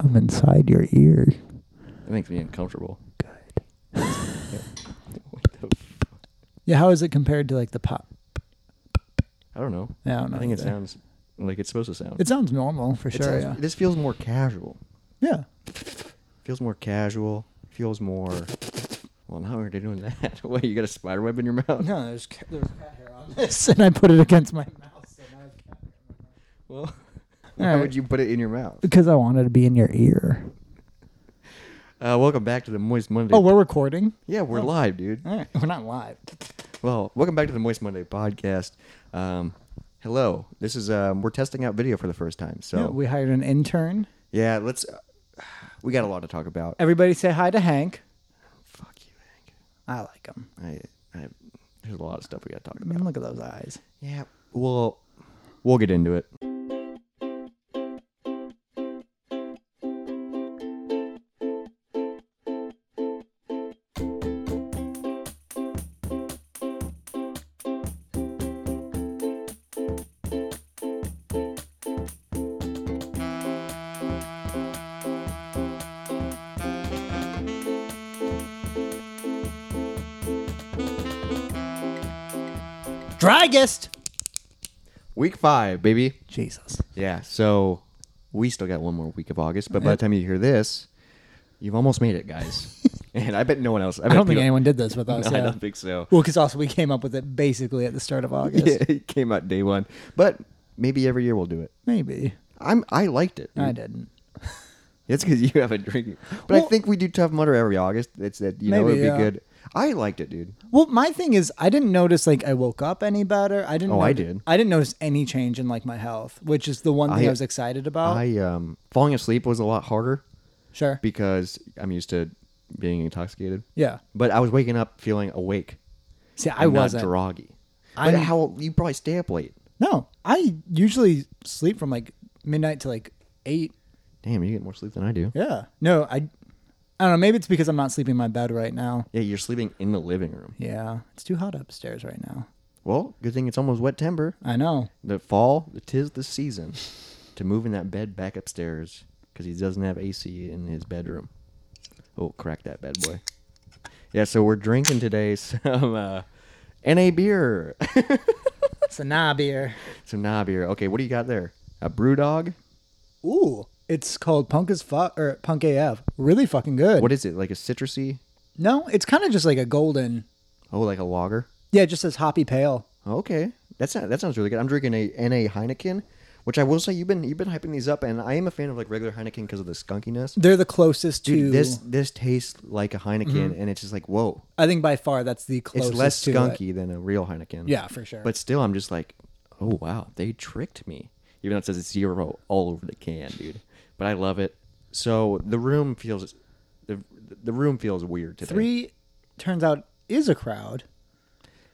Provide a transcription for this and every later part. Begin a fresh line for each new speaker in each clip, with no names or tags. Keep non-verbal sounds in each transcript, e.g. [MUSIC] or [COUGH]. from inside your ear.
That makes me uncomfortable.
Good.
What the f-
Yeah, how is it compared to like the pop?
I don't know.
Yeah, I don't know.
I think it
either.
sounds like it's supposed to sound.
It sounds normal for
It
sure.
sounds-
Yeah.
This feels more casual.
yeah.
Feels more casual. Feels more. Well, now we're doing that. [LAUGHS] Wait, you got a spider web in your mouth?
No, there's ca- there's cat hair on this, [LAUGHS] and I put it against my mouth. So now it's cat hair.
Well, [LAUGHS]
All
why
right.
would you put it in your mouth?
Because I wanted to be in your ear.
Uh, welcome back to the Moist Monday.
Oh, we're recording.
yeah, we're
oh.
live, dude.
All right, we're not live.
Well, welcome back to the Moist Monday podcast. Um, hello. This is um, we're testing out video for the first time. So
Yeah, [LAUGHS]
yeah,
we hired an intern.
let's. we got a lot to talk about.
Everybody say hi to Hank.
Fuck you,
I like him.
Hank. I, I, there's a lot of stuff we got to talk about.
Man, look at those eyes.
Yeah. Well, we'll get into it.
Drygest.
Week five, baby.
Jesus.
Yeah. So we still got one more week of August, but by the time you hear this, you've almost made
[LAUGHS]
it, guys. and I bet no one else.
I
bet
don't think
people-
anyone did this with us.
No, [LAUGHS] I
yeah.
don't think so.
Well, because also we came up with it basically at the start of August.
[LAUGHS] Yeah, it came out day one, but maybe every year we'll do it.
Maybe.
I'm I liked it.
I didn't.
It's because you haven't drinking. But I
Well-
think we do Tough Mudder every August. It's that you know
Maybe,
it'd
yeah.
be good. I liked it, dude.
Well, my thing is, I didn't notice like I woke up any better. I didn't.
Oh, I
noti-
did.
I didn't notice any change in like my health, which is the one thing I,
I-
was excited about.
I um falling asleep was a lot harder
sure.
because I'm used to being intoxicated.
yeah.
But I was waking up feeling awake.
See, I
and not
wasn't.
groggy. But
I'm-
how you probably stay up late?
No, I usually sleep from like midnight to like eight.
Damn, you get more sleep than I do.
Yeah. No, I. I don't know. Maybe it's because I'm not sleeping in my bed right now.
Yeah, you're sleeping in the living room.
Yeah, it's too hot upstairs right now.
Well, good thing it's almost wet timber.
I know.
The fall, the tis the season to moving that bed back upstairs because he doesn't have AC in his bedroom. Oh, crack that bad boy. Yeah, so we're drinking today [LAUGHS] some uh, NA beer. [LAUGHS]
It's a nah beer.
some nah beer. Okay, what do you got there? A brew dog?
Ooh, it's called Punk as Fuck or Punk AF. Really fucking good.
What is it? Like a citrusy?
No, it's kind of just like a golden.
Oh, like a lager?
Yeah, it just says hoppy pale.
Okay, that's not, that sounds really good. I'm drinking a NA Heineken, which I will say you've been you've been hyping these up, and I am a fan of like regular Heineken because of the skunkiness.
They're the closest to
Dude, this this tastes like a Heineken, and it's just like whoa,
I think by far that's the
it's
Mm-hmm. closest.
less
to it.
skunky than a real Heineken.
Yeah, for sure.
but still, I'm just like, oh wow, they tricked me. Even though it says zero all over the can, dude. But I love it. So the room feels the the room feels weird today.
three turns out is a crowd,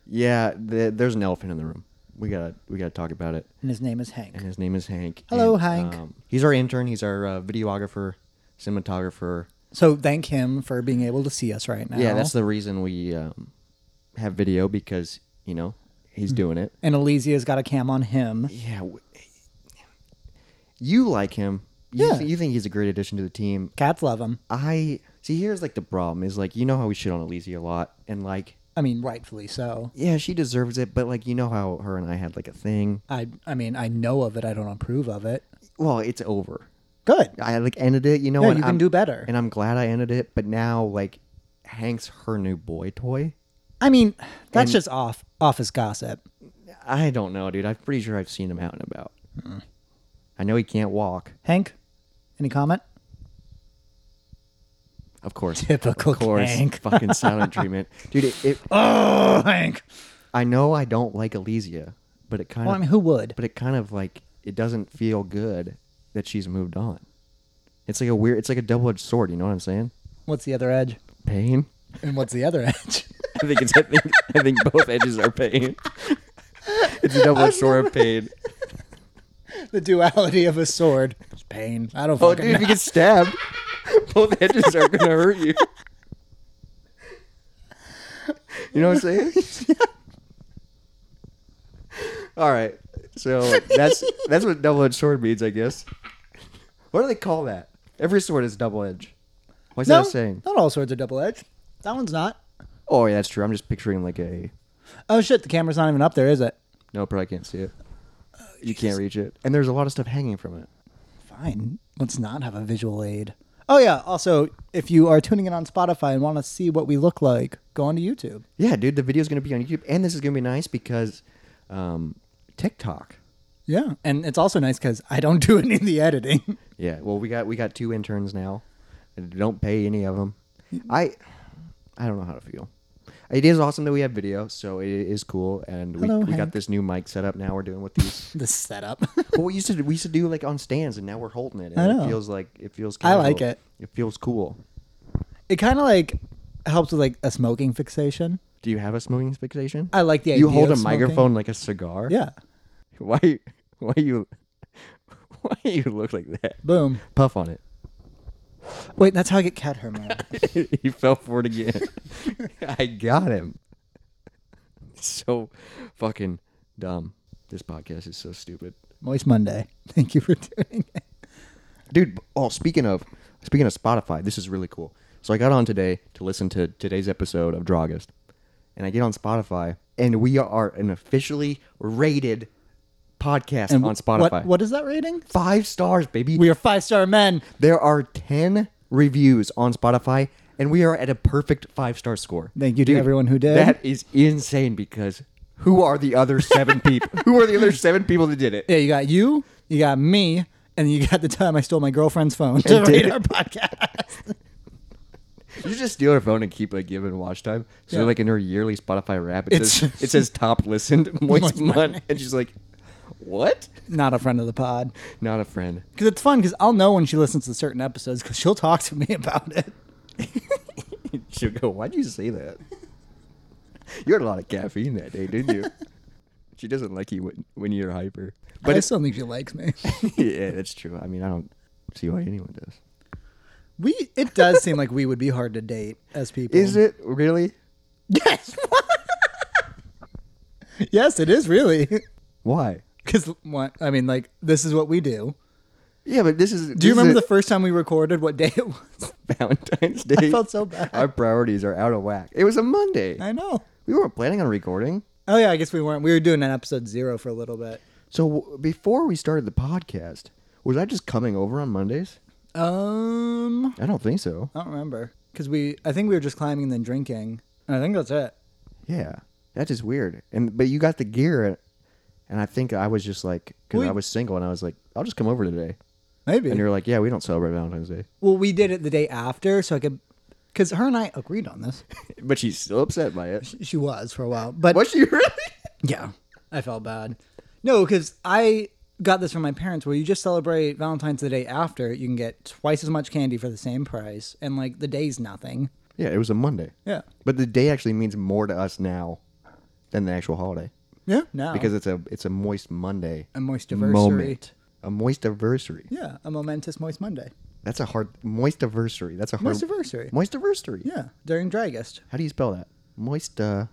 Yeah, the, there's an elephant in the room. We gotta we gotta talk about it.
and his name is Hank.
and his name is Hank.
Hello,
And,
Hank.
um, he's our intern. He's our uh, videographer, cinematographer.
So thank him for being able to see us right now.
Yeah, that's the reason we um, have video because you know he's doing it.
and Elysia's got a cam on him.
Yeah, w- you like him. You
Yeah.
th- you think he's a great addition to the team.
Cats love him.
I see. Here's like the problem is like you know how we shit on Elysia a lot, and like
I mean, rightfully so.
yeah, she deserves it, but like you know how her and I had like a thing.
I I mean, I know of it. I don't approve of it.
Well, it's over.
Good.
I like ended it, you know.
Yeah,
and
you can
I'm-
do better.
and I'm glad I ended it. But now, like, Hank's her new boy toy.
I mean, that's just off office gossip.
I don't know, dude. I'm pretty sure I've seen him out and about.
Hmm.
I know he can't walk,
Hank, any comment?
of course.
Typical
of course,
Hank.
[LAUGHS]
[LAUGHS]
fucking silent treatment, dude. It, it,
Oh, Hank.
I know I don't like Elysia, but it kind
Well, I
of,
mean, who would?
but it kind of like it doesn't feel good that she's moved on. It's like a weird. It's like a double edged sword. You know what I'm saying?
What's the other edge?
Pain.
And what's the other [LAUGHS] edge?
I think it's. I think, I think both edges are pain. It's a double edged sword of pain.
the duality of a sword. It's pain. I don't
[LAUGHS] Oh,
fucking
dude, if
know.
[LAUGHS] you get stabbed, both edges are gonna hurt you. You know what I'm saying? [LAUGHS] All right, so that's that's what double-edged sword means, I guess. What do they call that? Every sword is double edged. Why is
No,
that a saying?
not all swords are double edged. That one's not.
Oh, yeah, that's true. I'm just picturing like a.
Oh shit, the camera's not even up there, is it?
No, probably can't see it. you can't reach it, and there's a lot of stuff hanging from it.
Fine. Let's not have a visual aid. Oh yeah. Also, if you are tuning in on Spotify and want to see what we look like, go on to YouTube.
Yeah, dude, the video's gonna be on YouTube, and this is gonna be nice because um, TikTok.
Yeah, and it's also nice because I don't [LAUGHS] do any of the editing. [LAUGHS]
Yeah, well, we got we got two interns now. and Don't pay any of them.
Mm-hmm.
I I don't know how to feel. It is awesome that we have video, so it is cool, and we,
Hello,
we got
Hank.
this new mic set up. Now we're doing with these.
the setup. [LAUGHS]
well, we used to we used to do like on stands, and now we're holding it. And
I
It
know.
feels like it feels.
I like
casual.
it.
It feels cool.
it kind of like helps with like a smoking fixation.
Do you have a smoking fixation?
I like the idea.
you hold
of
a
smoking.
microphone like a cigar.
Yeah.
[LAUGHS] Why? Why you? [LAUGHS] Why you look like that?
Boom.
Puff on it.
Wait, that's how I get cat hair. Maya.
[LAUGHS] he fell for it again. [LAUGHS] I got him. So fucking dumb. This podcast is so stupid,
Moist Monday. Thank you for [LAUGHS] doing it.
dude. Oh, speaking of speaking of Spotify, this is really cool. So I got on today to listen to today's episode of Drogist, and I get on Spotify, and we are an officially rated podcast
And
on
wh-
Spotify.
What, what is that rating?
Five stars, baby.
We are five star men.
There are 10 reviews on Spotify, and we are at a perfect five star score.
Thank you to everyone who did.
That is insane because who are the
[LAUGHS]
other seven people? who are the other seven people that did it?
Yeah, you got you, you got me, and you got the time I stole my girlfriend's phone to
And did
rate
it.
our podcast.
You just steal her phone and keep like giving watch time. So
Yeah.
like in her yearly Spotify rap, it
It's-
says it says
[LAUGHS]
top listened
Moist
moist month, and she's like, what?
Not a friend of the pod.
Not a friend.
Because it's fun because I'll know when she listens to certain episodes because she'll talk to me [LAUGHS] about it.
She'll go, why'd you say that? You had a lot of caffeine that day,
[LAUGHS]
didn't you? she doesn't like you when, when you're hyper.
But
But
I
it's
still think she likes me. [LAUGHS]
[LAUGHS] yeah, that's true. I mean, I don't see why anyone does.
We it does seem like we would be hard to date as people.
it really?
[LAUGHS] Yes. yes, it is really. [LAUGHS]
Why?
Because what I mean, like this is what we do.
Yeah, but this is.
Do you remember the first time we recorded? What day it was?
the [LAUGHS] Valentine's Day?
[LAUGHS] I felt so bad.
Our priorities are out of whack. It was a Monday.
I know.
We weren't planning on recording.
Oh yeah, I guess we weren't. We were doing an episode zero for a little bit.
So w- before we started the podcast, was I just coming over on Mondays?
Um,
I don't think so.
I don't remember because we. I think we were just climbing and then drinking. And I think that's it.
Yeah, that is weird. And but you got the gear, and I think I was just like because
We-
I was single and I was like, I'll just come over today. And
Maybe.
you're like, yeah, we don't celebrate Valentine's Day. [LAUGHS]
Well, we did it the day after, so I could. Because her and I agreed on this.
But she's still upset by it.
[LAUGHS] She [LAUGHS] was for a while, but
Was she really?
Yeah, I felt bad. No, because I got this from my parents where you just celebrate Valentine's the day after. You can get twice as much candy for the same price, and like the day's nothing.
Yeah, it was a Monday.
Yeah.
But the day actually means more to us now than the actual holiday
Yeah. No.
because it's a it's a moist Monday
a moist anniversary.
moment. A moist anniversary.
Yeah, a momentous moist Monday.
That's a hard moist anniversary. That's a hard
Moist anniversary.
moist anniversary.
Yeah, during Dragist.
How do you spell that? Moist uh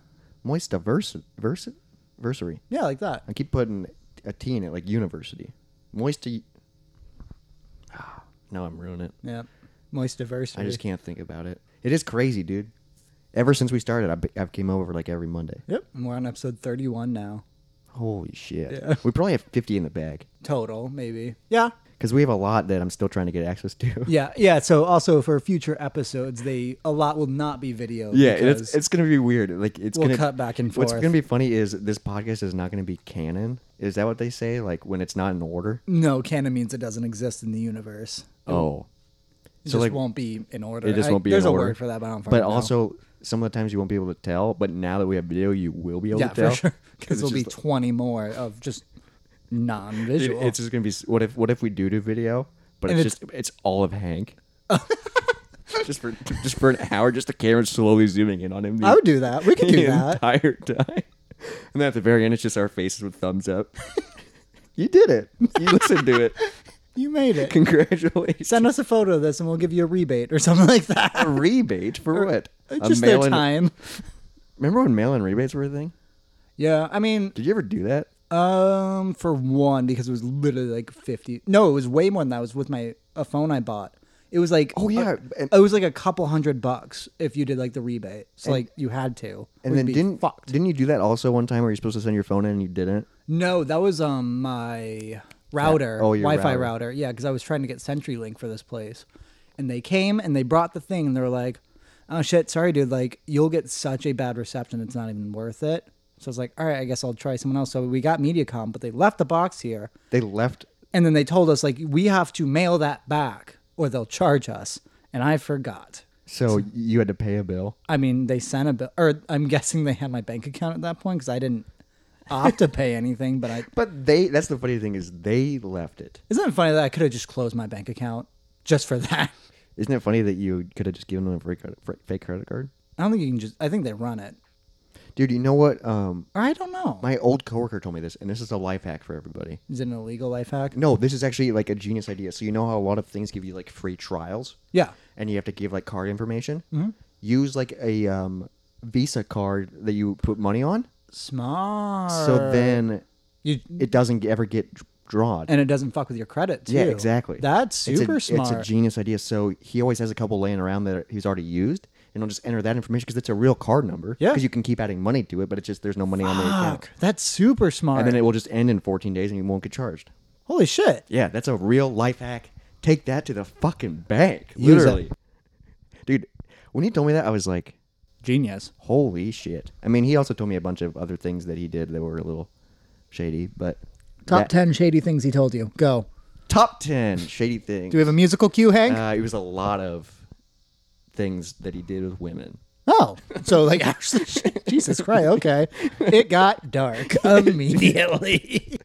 moist anniversary. Versary.
Yeah, like that.
I keep putting a T in it like university. Moist Ah, No, I'm ruining it.
Yeah, moist anniversary.
I just can't think about it. It is crazy, dude. Ever since we started, I've, I've came over like every Monday.
Yep, and we're on episode thirty-one now.
Holy shit.
Yeah.
We probably have 50 in the bag
Total, maybe. Yeah.
because we have a lot that I'm still trying to get
[LAUGHS]
access to.
Yeah, yeah. So also for future episodes, they a lot will not be video.
Yeah, and
because
it's, it's gonna be weird. Like it's
We'll
gonna
cut back and
What's
forth.
gonna be funny is this podcast is not gonna be canon. Is that what they say? Like when it's not in order?
No, canon means it doesn't exist in the universe.
Oh,
It
So,
just
like,
won't be in order.
it just
I-
won't be.
There's
in
a
order.
word for that, but I don't. fucking
But
know.
also, some of the times you won't be able to tell. But now that we have video, you will be able
yeah,
to tell.
for
[LAUGHS]
sure, [LAUGHS] because
it's
there'll be
just like-
20 more of just
dude,
non-visual.
it's just gonna be. s- What if? What if we do do video? But
And
it's, just it's all
[LAUGHS]
of Hank. just for just for an hour, just the camera slowly zooming in on him. the
I would do that.
[LAUGHS]
We could do
the
that.
entire time. And then at the very end, it's just our faces with thumbs up. [LAUGHS] you did it. You listened to [LAUGHS] it.
You made it.
Congratulations.
Send us a photo of this, and we'll give you a rebate or [LAUGHS] something like that.
A rebate for what? A
just their
mail-in-
time.
Remember when mail-in rebates were a thing?
Yeah, I mean,
Did you ever do that?
um, for one, because it was literally like 50. No, it was way more than that. It was with my a phone I bought. It was like
Oh, yeah,
a,
and-
it was like a couple hundred bucks if you did like the rebate. So like you had to.
And
We'd
then
be
didn't
fucked.
didn't you do that also one time where you're supposed to send your phone in and you didn't?
No, that was um my router,
oh, your
Wi-Fi
router.
router. Yeah, because I was trying to get CenturyLink for this place, and they came and they brought the thing and they were like, "Oh shit, sorry, dude. Like you'll get such a bad reception, it's not even worth it." So I was like, "All right, I guess I'll try someone else." So we got MediaCom, but they left the box here,
They left.
and then they told us like we have to mail that back or they'll charge us, and I forgot.
So you had to pay a bill.
I mean, they sent a bill, or I'm [LAUGHS] guessing they had my bank account at that point because I didn't opt to pay anything, but
[LAUGHS]
I
But they that's the funny thing is they left it.
Isn't it funny that I could have just closed my bank account just for that? [LAUGHS]
Isn't it funny that you could have just given them a free credit, fr- fake credit card?
I don't think you can just. I think they run it,
Dude, you know what? Um,
or I don't know.
my old coworker told me this, and this is a life hack for everybody.
Is it an illegal life hack?
No, this is actually like a genius idea. So you know how a lot of things give you like free trials?
Yeah.
And you have to give like card information? Mm-hmm. Use like a um, Visa card that you put money on.
Smart.
So then
you
it doesn't ever get d- drawn.
and it doesn't fuck with your credit too.
Yeah, exactly.
That's
It's a-
super
It's a
smart.
genius idea. So he always has a couple laying around that he's already used, and he'll just enter that information because it's a real card number.
Yeah.
Because you can keep adding money to it, but it's just there's no money on the account,
Fuck, that's super smart.
and then it will just end in 14 days, and you won't get charged.
Holy shit!
Yeah, that's a real life hack. Take that to the fucking bank,
Use it.
literally, dude. When he told me that, I was like,
Genius.
"Holy shit!" I mean, he also told me a bunch of other things that he did that were a little shady, but
Top
that-
ten shady things he told you. Go.
top ten shady things.
Do we have a musical cue, Hank?
Uh, it was a lot of things that he did with women. [LAUGHS]
oh, so like actually, [LAUGHS] Jesus Christ. Okay, it got dark [LAUGHS] immediately.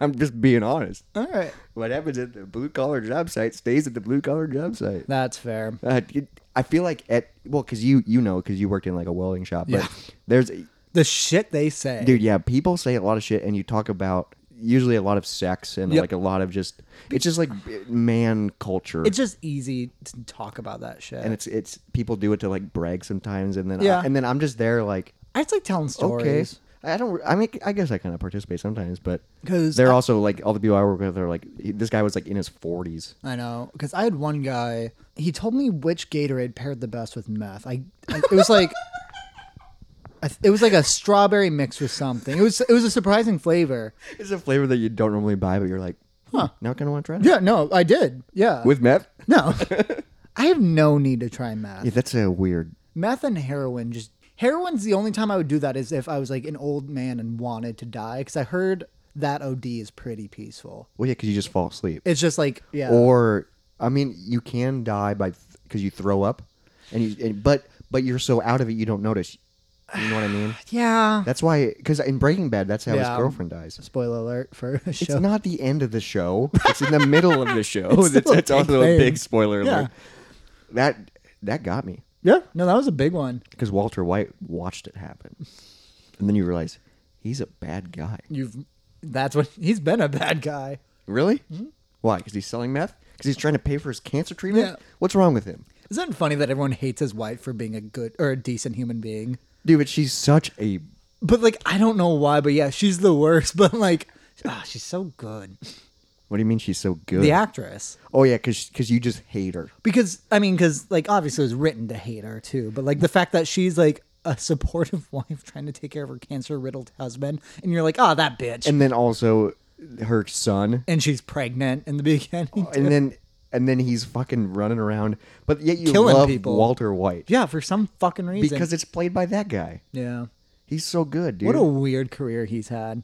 I'm just being honest.
All right,
What happens at the blue collar job site stays at the blue collar job site.
that's fair.
Uh, it- I feel like at well, because you you know, because you worked in like a welding shop. But
Yeah.
there's
The shit they say.
dude, yeah, people say a lot of shit, and you talk about usually a lot of sex and
Yep.
like a lot of just it's just like man culture.
It's just easy to talk about that shit.
and it's it's people do it to like brag sometimes, and then
Yeah.
I, and then I'm just there like
I just like telling
okay.
stories.
I don't. I mean, I guess I kind of participate sometimes, but
'Cause
they're
I-
also like all the people I work with are like he- this guy was like in his forties.
I know because I had one guy. He told me which Gatorade paired the best with meth. I, I it was like, [LAUGHS] I th- it was like a strawberry mix with something. It was it was a surprising flavor.
It's a flavor that you don't normally buy, but you're like, huh? Now I kind of want to try it
Yeah, no, I did. Yeah,
with meth.
[LAUGHS] no, I have no need to try meth.
Yeah, that's a weird.
Meth and heroin just heroin's the only time I would do that is if I was like an old man and wanted to die because I heard that OD is pretty peaceful.
Well, yeah, because you just fall asleep,
It's just like yeah.
or I mean, you can die by because you throw up, and you and, but but you're so out of it you don't notice. You know what
[SIGHS]
I mean?
yeah.
That's why because in Breaking Bad, that's how his
Yeah.
girlfriend dies.
Spoiler alert for a show.
It's not the end of
[LAUGHS]
the show. It's in the middle of the show. It's,
still a
it's also
big
a big
thing.
spoiler
Yeah.
alert. That that got me
Yeah, no, that was a big one.
because Walter White watched it happen, and then you realize he's a bad guy.
You've that's what he's been a bad guy.
Really?
Mm-hmm.
Why? Because he's selling meth? Because he's trying to pay for his cancer treatment?
Yeah.
What's wrong with him,
Isn't it funny that everyone hates his wife for being a good or a decent human being?
dude? But she's such a
But like, I don't know why, but yeah, she's the worst. [LAUGHS] But like, ah, she's so good.
what do you mean she's so good?
The actress,
Oh yeah, because you just hate her.
because I mean, because like obviously it was written to hate her too. But like the fact that she's like a supportive [LAUGHS] wife trying to take care of her cancer riddled husband, and you're like, ah, that bitch, and,
And then also her son.
she's pregnant in the [LAUGHS] beginning.
and then and then he's fucking running around. But yet you
Killing
love
people.
Walter White
yeah, for some fucking reason.
because it's played by that guy.
yeah,
He's so good, dude.
what a weird career he's had.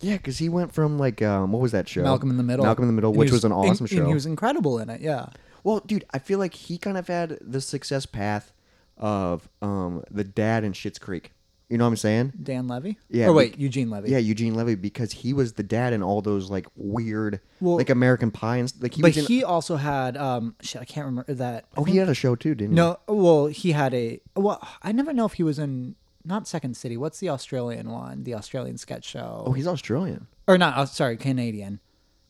yeah, because he went from like um, what was that show?
Malcolm in the Middle.
Malcolm in the Middle,
And
which
he
was, an
and-
awesome
and
show.
he was incredible in it. Yeah.
well, dude, I feel like he kind of had the success path of um, the dad in Schitt's Creek. You know what I'm saying?
Dan Levy?
Yeah,
Or wait,
bec-
Eugene Levy.
Yeah, Eugene Levy because he was the dad in all those like weird,
Well-
like American Pie and like he
But
was in.
he also had um shit, I can't remember that.
oh, he had a show too, didn't he?
No, well, he had a well, I never know if he was in not Second City. What's the Australian one? The Australian sketch show.
Oh, he's Australian.
Or not, oh, sorry, Canadian.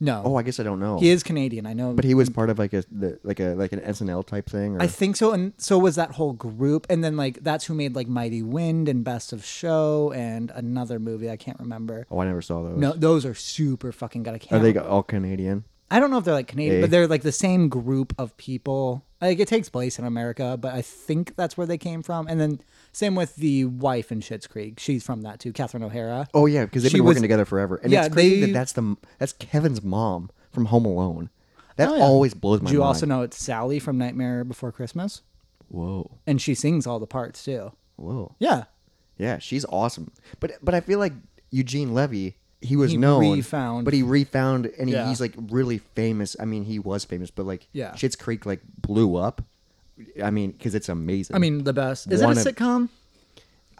No.
Oh, I guess I don't know.
He is Canadian. I know.
But he was part of like a the, like a like an SNL type thing. Or,
I think so and so was that whole group and then like that's who made like Mighty Wind and Best of Show and another movie I can't remember.
oh, I never saw those.
No, those are super fucking good. I
are
can't
they all Canadian?
I don't know if they're like Canadian,
Eh?
but they're like the same group of people. Like it takes place in America, but I think that's where they came from. And then same with the wife in Schitt's Creek. She's from that too, Catherine O'Hara.
Oh yeah, because they've
She
been working
was-
together forever, and
Yeah,
it's crazy
they-
that that's the that's Kevin's mom from Home Alone. That
Oh, yeah.
always blows my
Do you
mind.
also know it's Sally from Nightmare Before Christmas?
Whoa,
And she sings all the parts too.
whoa,
Yeah.
yeah, she's awesome. But but I feel like Eugene Levy, he was
He
known,
refound-
but he refound, and he,
Yeah.
he's like really famous. I mean, he was famous, but like
Yeah.
Schitt's Creek like blew up. I mean, because it's amazing.
I mean, the best. Is
One
it
of-
a sitcom?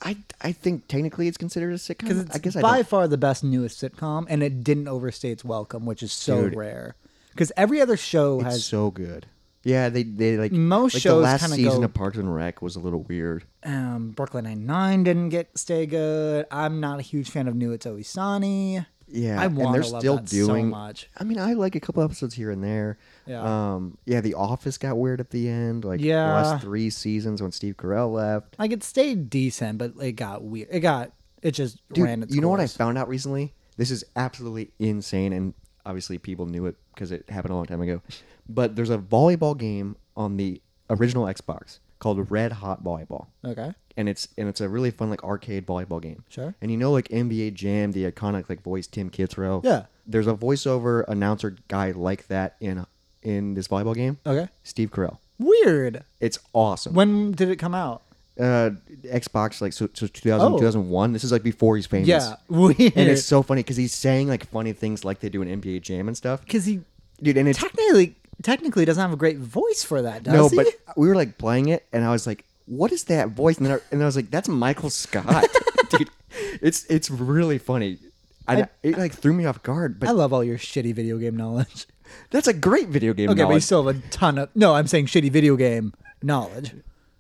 I I think technically it's considered a sitcom.
Because it's
I guess
by
I
far the best newest sitcom, and it didn't overstay its welcome, which is so
Dude.
rare. Because every other show
don't, it's
has
so good. Yeah, they they like
Most
like
shows
the last
kinda
season
go-
of Parks and Rec was a little weird.
um, Brooklyn Nine Nine didn't get stay good. I'm not a huge fan of New It's Always Sunny.
Yeah,
I
and
want
they're
to love
still
that so
doing-
much.
I mean, I like a couple episodes here and there.
Yeah.
Um. Yeah, The Office got weird at the end. Like,
Yeah.
the last three seasons when Steve Carell left.
Like it stayed decent, but it got weird. It got it just
Dude,
ran its
you know what I
course.
found out recently? This is absolutely insane, and obviously people knew it because it happened a long time ago. But there's a volleyball game on the original Xbox called Red Hot Volleyball.
Okay,
and it's and it's a really fun like arcade volleyball game.
Sure.
And you know like NBA Jam, the iconic like voice Tim Kitzrow.
Yeah.
There's a voiceover announcer guy like that in in this volleyball game.
okay,
Steve Carell.
weird.
It's awesome.
When did it come out?
Uh, Xbox like so, so 2000,
Oh.
2001. This is like before he's famous.
Yeah, [LAUGHS] weird.
And it's so funny because he's saying like funny things like they do in NBA Jam and stuff.
because he
Dude, and it's
technically technically doesn't have a great voice for that, does
no,
he?
but we were like playing it, and I was like, "What is that voice?" And then I, and I was like, "That's
[LAUGHS]
Michael Scott, dude." It's it's really funny. I, it like threw me off guard, but
I love all your shitty video game knowledge. [LAUGHS]
that's a great video game.
Okay, but you
knowledge.
still have a ton of no. I'm saying shitty video game knowledge.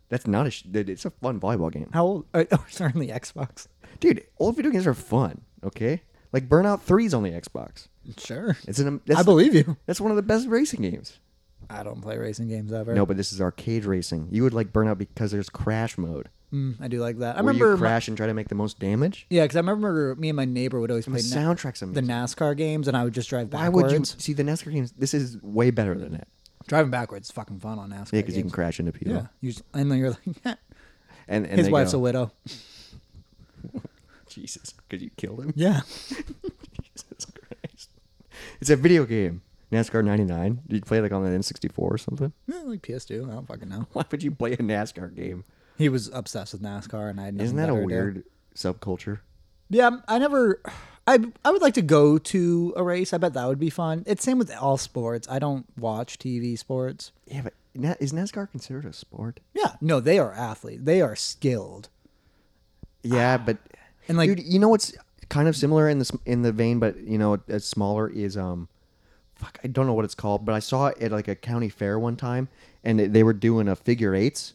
that's not a. Sh- dude, it's a fun volleyball game,
How old? [LAUGHS] Or, or certainly Xbox.
dude. Old video games are fun. Okay, like Burnout Three is on the Xbox.
Sure,
It's an.
I
That's,
believe you.
that's one of the best racing games.
[LAUGHS] I don't play racing games ever.
No, but this is arcade racing. You would like Burnout because there's crash mode.
Mm, I do like that. I
where
remember,
you
my-
crash and try to make the most damage.
yeah, because I remember me and my neighbor would always
The
play na-
soundtrack's
the
amazing.
NASCAR games, and I would just drive
Why
backwards.
would you see the NASCAR games? This is way better than that.
Driving backwards is fucking fun on NASCAR.
Yeah, because you can
games.
crash into people.
Yeah, you just, and then you're like, [LAUGHS]
And, and
his
they
wife's
go,
a widow. [LAUGHS]
Jesus, could you kill him? [LAUGHS]
Yeah, [LAUGHS]
Jesus Christ. It's a video game. NASCAR 99. Did you play like on an N64 or something?
Yeah, like PS2. I don't fucking know.
Why would you play a NASCAR game?
He was obsessed with NASCAR, and I had nothing
Isn't that a
better to do.
weird subculture?
Yeah, I never. [SIGHS] I I would like to go to a race. I bet that would be fun. It's same with all sports. I don't watch TV sports.
Yeah, but na- is NASCAR considered a sport?
Yeah, no, they are athlete. They are skilled.
Yeah, but
And, like-
dude, you know what's kind of similar in the s- in the vein, but you know, it's smaller is um, fuck, I don't know what it's called, but I saw it at like a county fair one time, and they- they were doing a figure eights,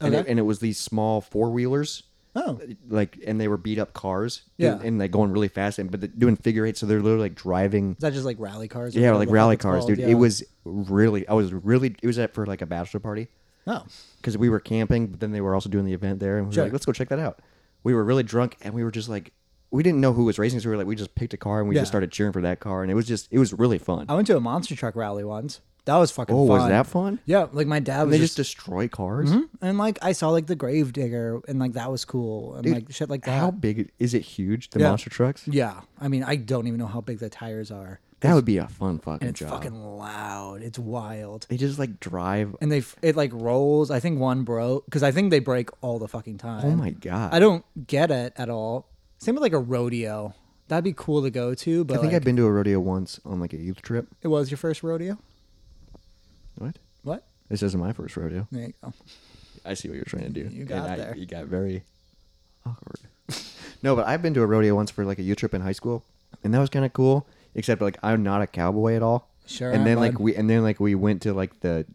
and, it,
Okay.
and it was these small four wheelers.
Oh.
like and they were beat up cars,
Yeah.
and, and like going really fast, and but they're doing figure eights, so they're literally like driving,
Is that just like rally cars? or
yeah,
whatever
like
the fuck
rally
it's
cars,
called?
dude.
Yeah.
It was really, I was really, it was at for like a bachelor party,
oh,
because we were camping, but then they were also doing the event there, and we were
Sure.
like, let's go check that out. We were really drunk, and we were just like, we didn't know who was racing, so we were like, we just picked a car and we
Yeah.
just started cheering for that car, and it was just, it was really fun.
I went to a monster truck rally once. That was fucking.
oh,
fun.
was that fun?
Yeah, like my dad
And
was
they
just, Mm-hmm.
just destroy cars.
and like I saw like the grave digger and like that was cool and like shit like that.
How big is it? Huge? The
Yeah.
monster trucks?
Yeah, I mean I don't even know how big the tires are.
That would be a fun fucking
It's
job.
fucking loud. It's wild.
they just like drive. oh
and they f- it like rolls. I think one broke because I think they break all the fucking time.
Oh my god!
I don't get it at all. Same with like a rodeo. That'd be cool to go to, but
I think
like,
I've been to a rodeo once on like a youth trip.
it was your first rodeo.
What?
What?
This isn't my first rodeo.
There you go.
I see what you're trying to do.
You got
And I-
there.
You got very awkward. [LAUGHS] no, but I've been to a rodeo once for like a youth trip in high school, and that was kind of cool. Except like I'm not a cowboy at all.
Sure
And
am,
then like
bud.
we and then like we went to like the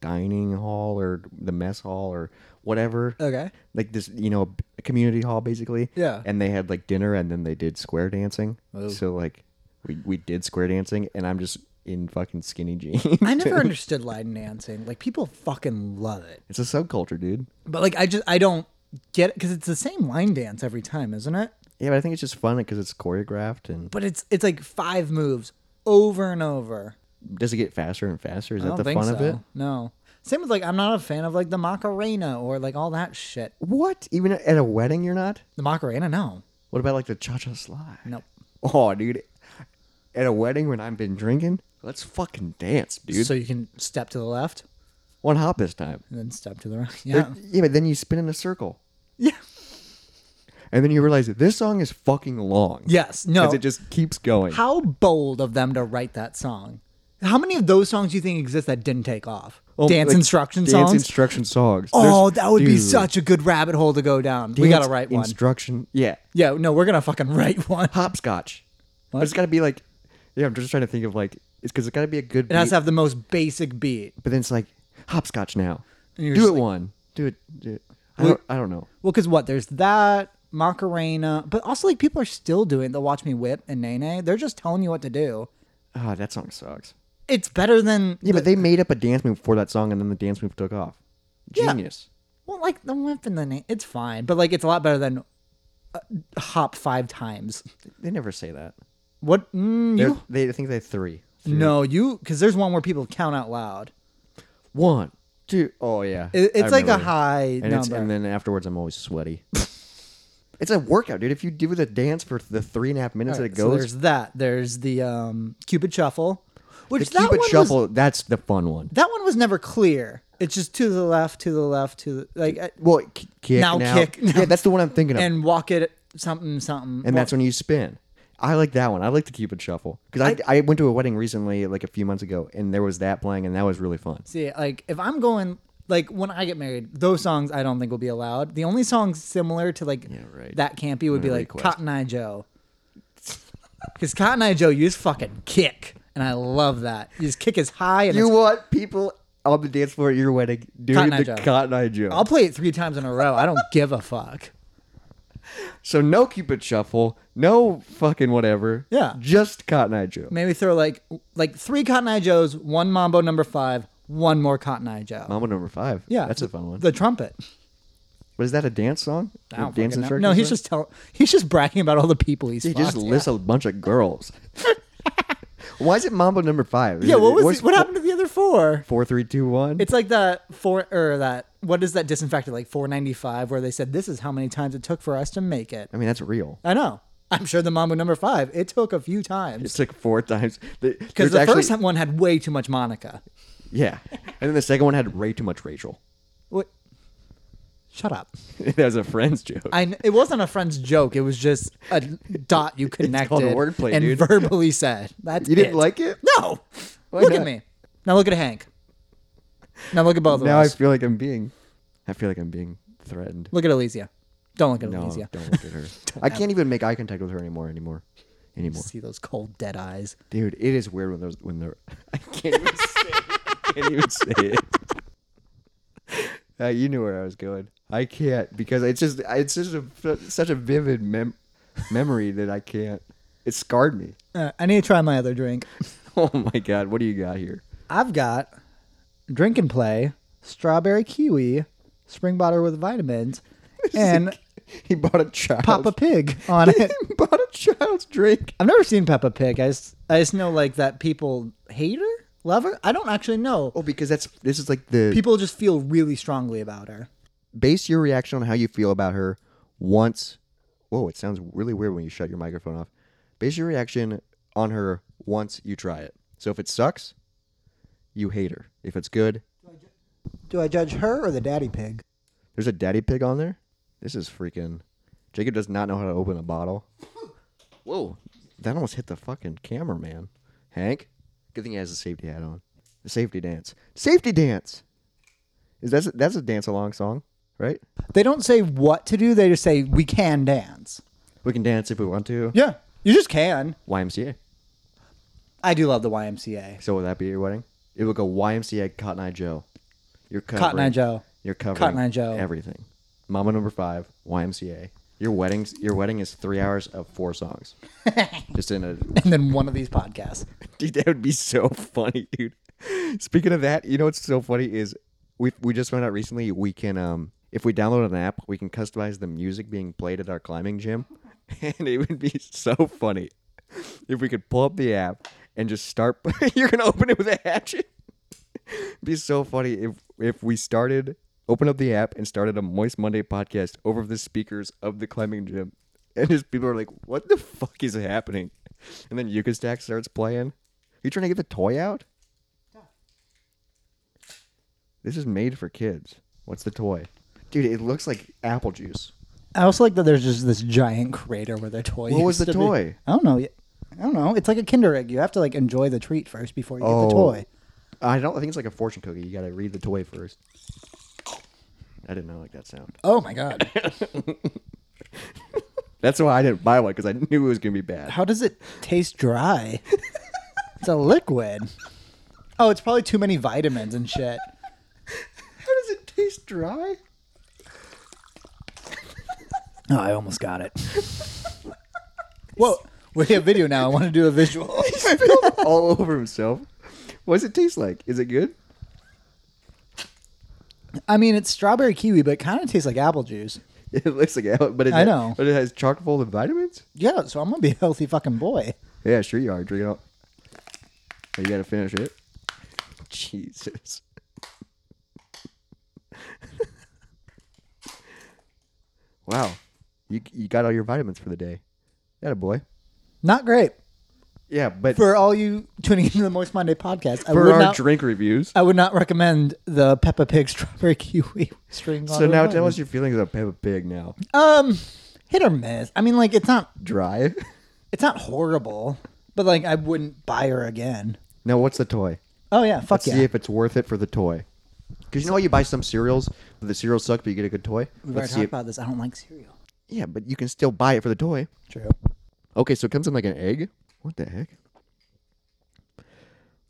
dining hall or the mess hall or whatever.
Okay.
Like this, you know, a community hall basically.
Yeah.
And they had like dinner, and then they did square dancing.
Oh.
So like we we did square dancing, and I'm just in fucking skinny [LAUGHS] jeans.
I never understood line dancing. Like people fucking love it,
it's a subculture, dude.
but like I just I don't get it because it's the same line dance every time, isn't it?
Yeah, but I think it's just fun because it's choreographed and
But it's it's like five moves over and over.
Does it get faster and faster? Is
I
that
don't
the
think
fun
so.
of it?
No. Same with like I'm not a fan of like the Macarena or like all that shit.
What? Even at a wedding, you're not?
The Macarena, no.
What about like the cha cha slide?
Nope.
Oh, dude. At a wedding when I've been drinking, let's fucking dance, dude.
So you can step to the left
One hop this time.
and then step to the right. [LAUGHS]
There-
Yeah.
yeah, but then you spin in a circle.
yeah.
And then you realize that this song is fucking long.
Yes. No.
Because it just keeps going.
How bold of them to write that song. How many of those songs do you think exist that didn't take off?
Oh,
dance
like,
instruction
dance
songs?
instruction songs.
oh,
There's-
that would be
dude,
such a good rabbit hole to go down. we
dance
gotta write one.
Instruction. Yeah.
yeah, no, we're gonna fucking [LAUGHS] write one.
Hopscotch. It's got to be like, yeah, I'm just trying to think of like, it's because it's got to be a good
It
beat.
has to have the most basic beat.
but then it's like, hopscotch now.
And
Do
you're
it
just like-
one. Do it. Do it. I, don't, I don't know.
Well, because what? There's that Macarena, but also like people are still doing the Watch Me Whip and Nene. They're just telling you what to do.
Ah, that song sucks.
It's better than
Yeah, but they made up a dance move for that song, and then the dance move took off.
Yeah.
Genius.
well, like the whip and the Nene. It's fine, but like it's a lot better than uh, hop five times.
They never say that.
What? Mm,
They're-
you?
They I think they have three.
No, you because there's one where people count out loud.
One, two. Oh yeah.
It,
I
it's like a
remember.
high
And, it's,
number.
and then afterwards, I'm always sweaty. [LAUGHS] it's a workout, dude. If you do the dance for the three and a half minutes that it
So
goes,
there's that. There's the um, Cupid Shuffle,
the
which that
Cupid
one was
shuffle. that's the fun one.
that one was never clear. It's just to the left, to the left, to the, like uh,
Well, k- kick
Now kick, now-
Yeah, that's the one I'm thinking of. And,
and walk it something something.
that's when you spin. I like that one. I like the Cupid Shuffle because I, I went to a wedding recently, like a few months ago, and there was that playing, and that was really fun.
See, like if I'm going like when I get married, those songs I don't think will be allowed. The only songs similar to like
right.
that campy would be like
request.
Cotton Eye Joe. [LAUGHS] Because Cotton Eye Joe, you just fucking kick, and I love that. You just kick as high and
You
as-
want people on the dance floor at your wedding doing
Cotton Eye
the
Joe.
Cotton Eye Joe.
I'll play it three times in a row. I don't give a fuck.
so no Cupid Shuffle, no fucking whatever.
Yeah.
just Cotton Eye Joe.
Maybe throw like like three Cotton Eye Joes, one Mambo number five, one more Cotton Eye Joe.
Mama number five.
yeah,
that's a
the-
fun one.
The trumpet.
But is that a dance song?
I don't
dance
fucking know.
instructor?
No, he's just telling. He's just bragging about all the people he's.
He
fucked.
just lists a bunch
[LAUGHS]
of girls. [LAUGHS] Why is it Mambo number five? Is
Yeah,
it-
what was
what's
the, what happened to the other four?
Four, three, two, one.
It's like that four or that what is that disinfectant like 495 where they said this is how many times it took for us to make it.
I mean, that's real.
I know. I'm sure the Mambo number five. It took a few times
It's like four times.
[LAUGHS] because
Because
the first one had way too much Monica.
[LAUGHS] yeah, and then the second one had way too much Rachel. [LAUGHS]
What? Shut up.
that was a
[LAUGHS]
friend's joke.
I kn- it wasn't a friend's joke. It was just
[LAUGHS]
a dot you connected
called wordplay,
and [LAUGHS]
dude.
verbally said. That's
you didn't
it.
like it?
No. look at
not?
me. Now look at Hank. Now look at both
Now
of
I
us.
feel like I'm being, I feel like I'm being threatened.
Look at Alicia. Don't look at
No,
Alicia.
don't look
[LAUGHS]
at her. I can't even make eye contact with her anymore, anymore, anymore.
See those cold dead eyes.
Dude, it is weird when those when they're. [LAUGHS] I can't even say. It. I can't even say it. Uh, you knew where I was going. I can't because it's just it's just a, such a vivid mem- memory that I can't. It scarred me. [LAUGHS]
Uh, I need to try my other drink.
Oh my god, what do you got here?
I've got drink and play, strawberry kiwi, spring water with
[LAUGHS]
vitamins, and
He bought a child. [LAUGHS]
Papa Pig on it.
he bought a child's drink.
I've never seen Peppa Pig. I just, I just know like that people hate her, love her. I don't actually know.
Oh, because that's this is like the
People just feel really strongly about her.
base your reaction on how you feel about her once. Whoa, it sounds really weird when you shut your microphone off. Base your reaction on her once you try it. So if it sucks, you hate her. If it's good,
Do I judge her or the daddy pig?
there's a daddy pig on there. This is freaking. Jacob does not know how to open a bottle. Whoa, that almost hit the fucking camera, man. Hank, good thing he has a safety hat on. The safety dance. Safety dance. Is that that's a dance along song, right?
They don't say what to do. They just say we can dance.
We can dance if we want to.
Yeah, you just can.
YMCA.
I do love the YMCA.
So will that be your wedding? It would go YMCA Cotton Eye Joe. You're covering,
Cotton Eye Joe.
You're covering
Cotton Eye Joe.
Everything. Mama number five. YMCA. Your weddings. Your wedding is three hours of
[LAUGHS]
four songs. Just in a.
[LAUGHS] And then one of these podcasts.
Dude, that would be so funny, dude. Speaking of that, you know what's so funny is we we just found out recently we can um if we download an app we can customize the music being played at our [LAUGHS] climbing gym, and it would be so funny if we could pull up the app and just start. [LAUGHS] you're gonna open it with a hatchet. be so funny if if we started open up the app and started a Moist Monday podcast over the speakers of the climbing gym, and just people are like, "What the fuck is happening?" And then Yuka Stack starts playing. Are you trying to get the toy out? This is made for kids. What's the toy? Dude, it looks like apple juice.
I also like that there's just this giant crater where the toy.
What was
used
the
to be.
toy?
I don't know. I don't know. It's like a Kinder Egg. You have to like enjoy the treat first before you get the toy.
I don't I think it's like a fortune cookie. You gotta read the toy first. I didn't know like that sound.
Oh my god!
That's why I didn't buy one because I knew it was gonna be bad.
How does it taste dry? [LAUGHS] it's a liquid. Oh, it's probably too many vitamins and shit.
How does it taste dry?
Oh, I almost got it. [LAUGHS] Whoa, we have video now. I want to do a visual.
All [LAUGHS] over himself. What does it taste like? Is it good? [LAUGHS]
I mean, it's strawberry kiwi, but it kind of tastes like apple juice.
It looks like apple, but it,
I know.
But it has chock full of vitamins.
Yeah, so I'm gonna be a healthy fucking boy.
Yeah, sure you are. Drink it all. Oh, you gotta finish it. Jesus. [LAUGHS] wow. You you got all your vitamins for the day. That a boy.
Not great
Yeah, but for,
for all you tuning into the Moist Monday podcast. I would
our
not,
drink reviews.
I would not recommend the Peppa Pig [LAUGHS] strawberry kiwi string.
so now tell us your feelings about Peppa Pig now.
um, hit or miss. I mean, like it's not
Dry. [LAUGHS]
it's not horrible, but like I wouldn't buy her again.
now what's the toy?
Oh yeah, fuck
Let's
yeah.
see if it's worth it for the toy. Because you know how you buy some cereals, but the cereals suck, but you get a good toy.
We've already
Let's see.
talked
If,
about this. I don't like cereal.
yeah, but you can still buy it for the toy.
True.
Okay, so it comes in like an egg. What the heck?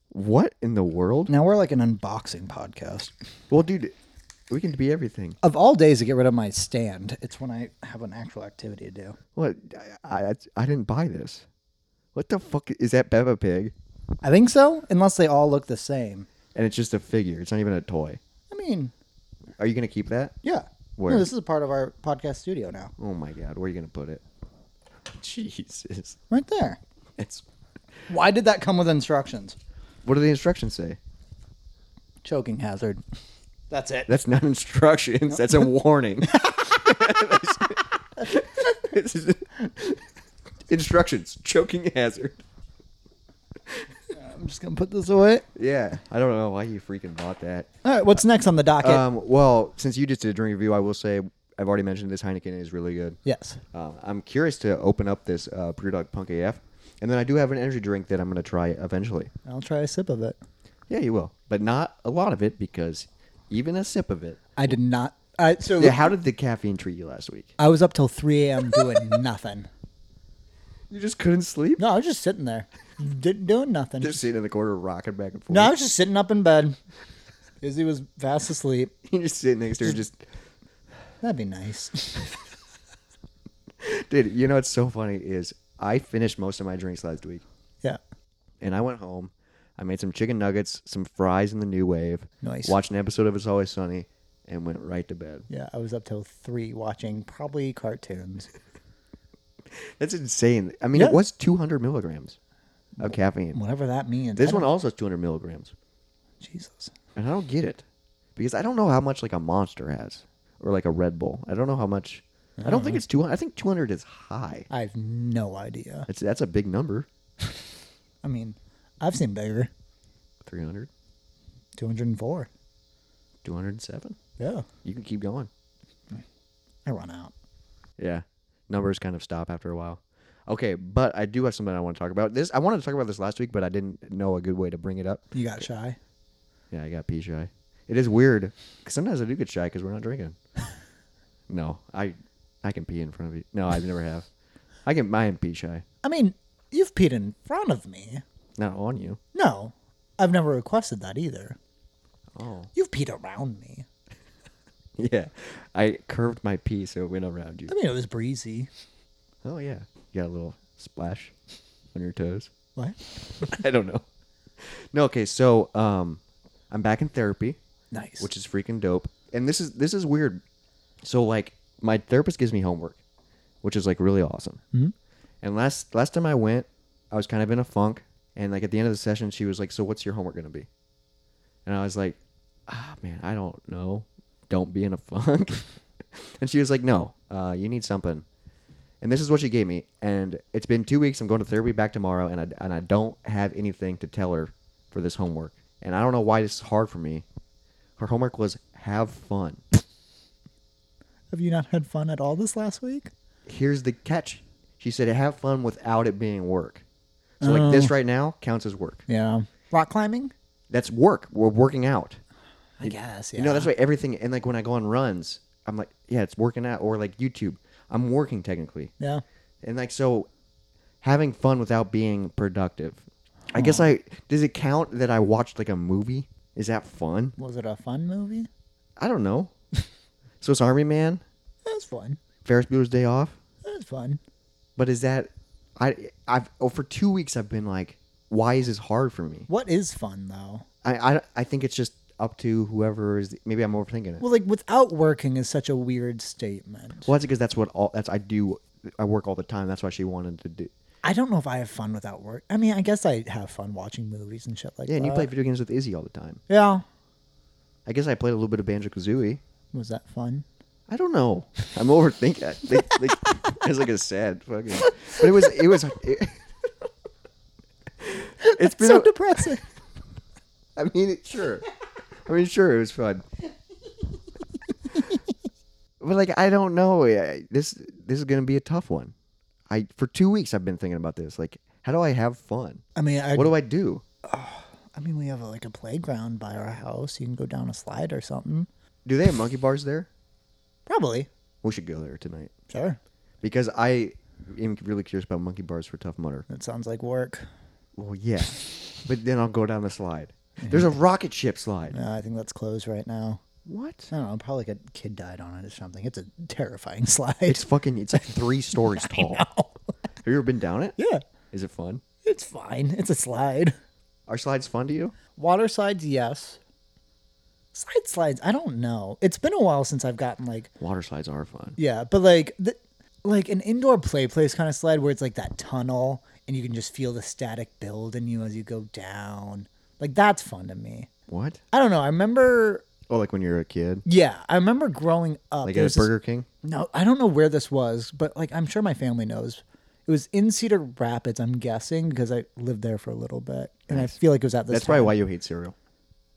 What in the world?
Now we're like an unboxing podcast.
Well, dude, we can be everything.
Of all days to get rid of my stand, it's when I have an actual activity to do.
What? I, I, I didn't buy this. What the fuck is that Peppa Pig?
I think so, unless they all look the same.
And it's just a figure. It's not even a toy.
I mean,
Are you gonna keep that?
yeah.
Where?
No, this is a part of our podcast studio now.
Oh my god, where are you gonna put it? [LAUGHS] Jesus,
Right there.
it's.
Why did that come with instructions?
What do the instructions say?
Choking hazard. That's it.
That's not instructions. That's a [LAUGHS] warning. This is- instructions. Choking hazard.
I'm just gonna put this away.
Yeah, I don't know why you freaking bought that.
All right, what's next on the docket?
Um, well, since you just did a drink review, I will say I've already mentioned this Heineken is really good.
yes.
Um, I'm curious to open up this uh, Brewdog Punk AF, and then I do have an energy drink that I'm going to try eventually.
I'll try a sip of it.
Yeah, you will, but not a lot of it because even a sip of it.
I did not. I so
Yeah, how did the caffeine treat you last week?
I was up till 3 a.m.
[LAUGHS]
doing nothing.
You just couldn't sleep.
No, I was just sitting there, didn't doing nothing.
Just sitting in the corner, rocking back and forth.
No, I was just sitting up in bed. Izzy was fast asleep.
[LAUGHS] you just sitting next to her, just
That'd be nice. [LAUGHS]
dude. You know what's so funny is I finished most of my drinks last week.
yeah.
and I went home. I made some chicken nuggets, some fries in the new wave.
Nice.
Watched an episode of It's Always Sunny, and went right to bed.
Yeah, I was up till three watching probably cartoons.
That's insane. I mean,
Yeah.
it was 200 milligrams of caffeine.
Whatever that means. I
This
don't-
one also is 200 milligrams,
Jesus.
and I don't get it because I don't know how much like a Monster has or like a Red Bull. I don't know how much. I don't think it's 200. I think 200 is high.
I have no idea.
That's that's a big number.
I mean, I've seen bigger.
300,
204.
207.
Yeah.
You can keep going.
I run out.
Yeah. Numbers kind of stop after a while. Okay, but I do have something I want to talk about. This I wanted to talk about this last week, but I didn't know a good way to bring it up.
You got shy.
Yeah, I got pee shy. It is weird 'cause sometimes I do get shy because we're not [LAUGHS] drinking. no, I I can pee in front of you. No, I never have. I can I am pee shy,
I mean, you've peed in front of me.
not on you.
No, I've never requested that either.
Oh,
You've peed around me.
[LAUGHS] yeah. I curved my pee so it went around you.
I mean, it was breezy.
Oh yeah, you got a little splash on your [LAUGHS] toes.
What?
I don't know. No, okay, so um, I'm back in therapy.
Nice.
which is freaking dope. And this is this is weird. So like my therapist gives me homework, which is like really awesome. Mm-hmm. And last last time I went, I was kind of in a funk, And like at the end of the session, she was like, "So what's your homework gonna be?" And I was like, "Ah, man, I don't know. Don't be in a [LAUGHS] funk." and she was like, "No, uh, you need something." And this is what she gave me. And it's been two weeks. I'm going to therapy back tomorrow, and I and I don't have anything to tell her for this homework. And I don't know why this is hard for me. Her homework was have fun.
Have you not had fun at all this last week?
here's the catch. She said, have fun without it being work. So, like this right now counts as work.
Yeah. Rock climbing?
That's work. We're working out.
I guess. Yeah.
You know, that's why everything, and like when I go on runs, I'm like, yeah, it's working out. Or like YouTube, I'm working technically.
yeah.
And like, so having fun without being productive. I guess I, does it count that I watched like a movie? Is that fun?
Was it a fun movie?
I don't know. [LAUGHS] Swiss Army Man,
That was fun.
Ferris Bueller's Day Off.
That was fun.
But is that I I've oh, for two weeks I've been like, why is this hard for me?
What is fun though?
I I, I think it's just up to whoever is. Maybe I'm overthinking it. Well,
Well, like without working is such a weird statement.
that's because that's what all that's I do. I work all the time. That's why she wanted to do.
I don't know if I have fun without work. I mean, I guess I have fun watching movies and shit like
Yeah,
that.
and you play video games with Izzy all the time.
Yeah.
I guess I played a little bit of Banjo Kazooie.
Was that fun?
I don't know. I'm overthinking. I think, like, [LAUGHS] it's like a sad fucking. But it was it was. It, [LAUGHS] has been
so
a- [LAUGHS]
depressing.
I mean, it, sure. [LAUGHS] I mean, sure, it was fun. [LAUGHS] but like, I don't know. I- This this is gonna be a tough one. I for two weeks I've been thinking about this. Like, how do I have fun?
I mean, I,
What do I do?
I mean, we have like a playground by our house. You can go down a slide or something.
Do they have monkey bars there?
Probably.
We should go there tonight
Sure.
because I am really curious about monkey bars for Tough Mudder.
That sounds like work.
Well, yeah, but then I'll go down the slide. There's a rocket ship slide.
No, Uh, I think that's closed right now.
What?
I don't know. Probably like a kid died on it or something. It's a terrifying [LAUGHS] slide.
It's fucking. It's like [LAUGHS] three stories tall. Have you ever been down it?
yeah,
Is it fun?
it's fine. It's a slide.
Are slides fun to you?
Water slides, yes. Slide slides, I don't know. It's been a while since I've gotten like
Water slides are fun.
yeah, but like the, like an indoor play place kind of slide where it's like that tunnel and you can just feel the static build in you as you go down. Like that's fun to me.
What?
I don't know. I remember
Oh, like when you're a kid,
yeah, I remember growing up.
like
there
at
was
a
this-
Burger King.
No, I don't know where this was, but like I'm sure my family knows. It was in Cedar Rapids, I'm guessing, because I lived there for a little bit, and I feel like it was at this.
That's probably why you hate cereal.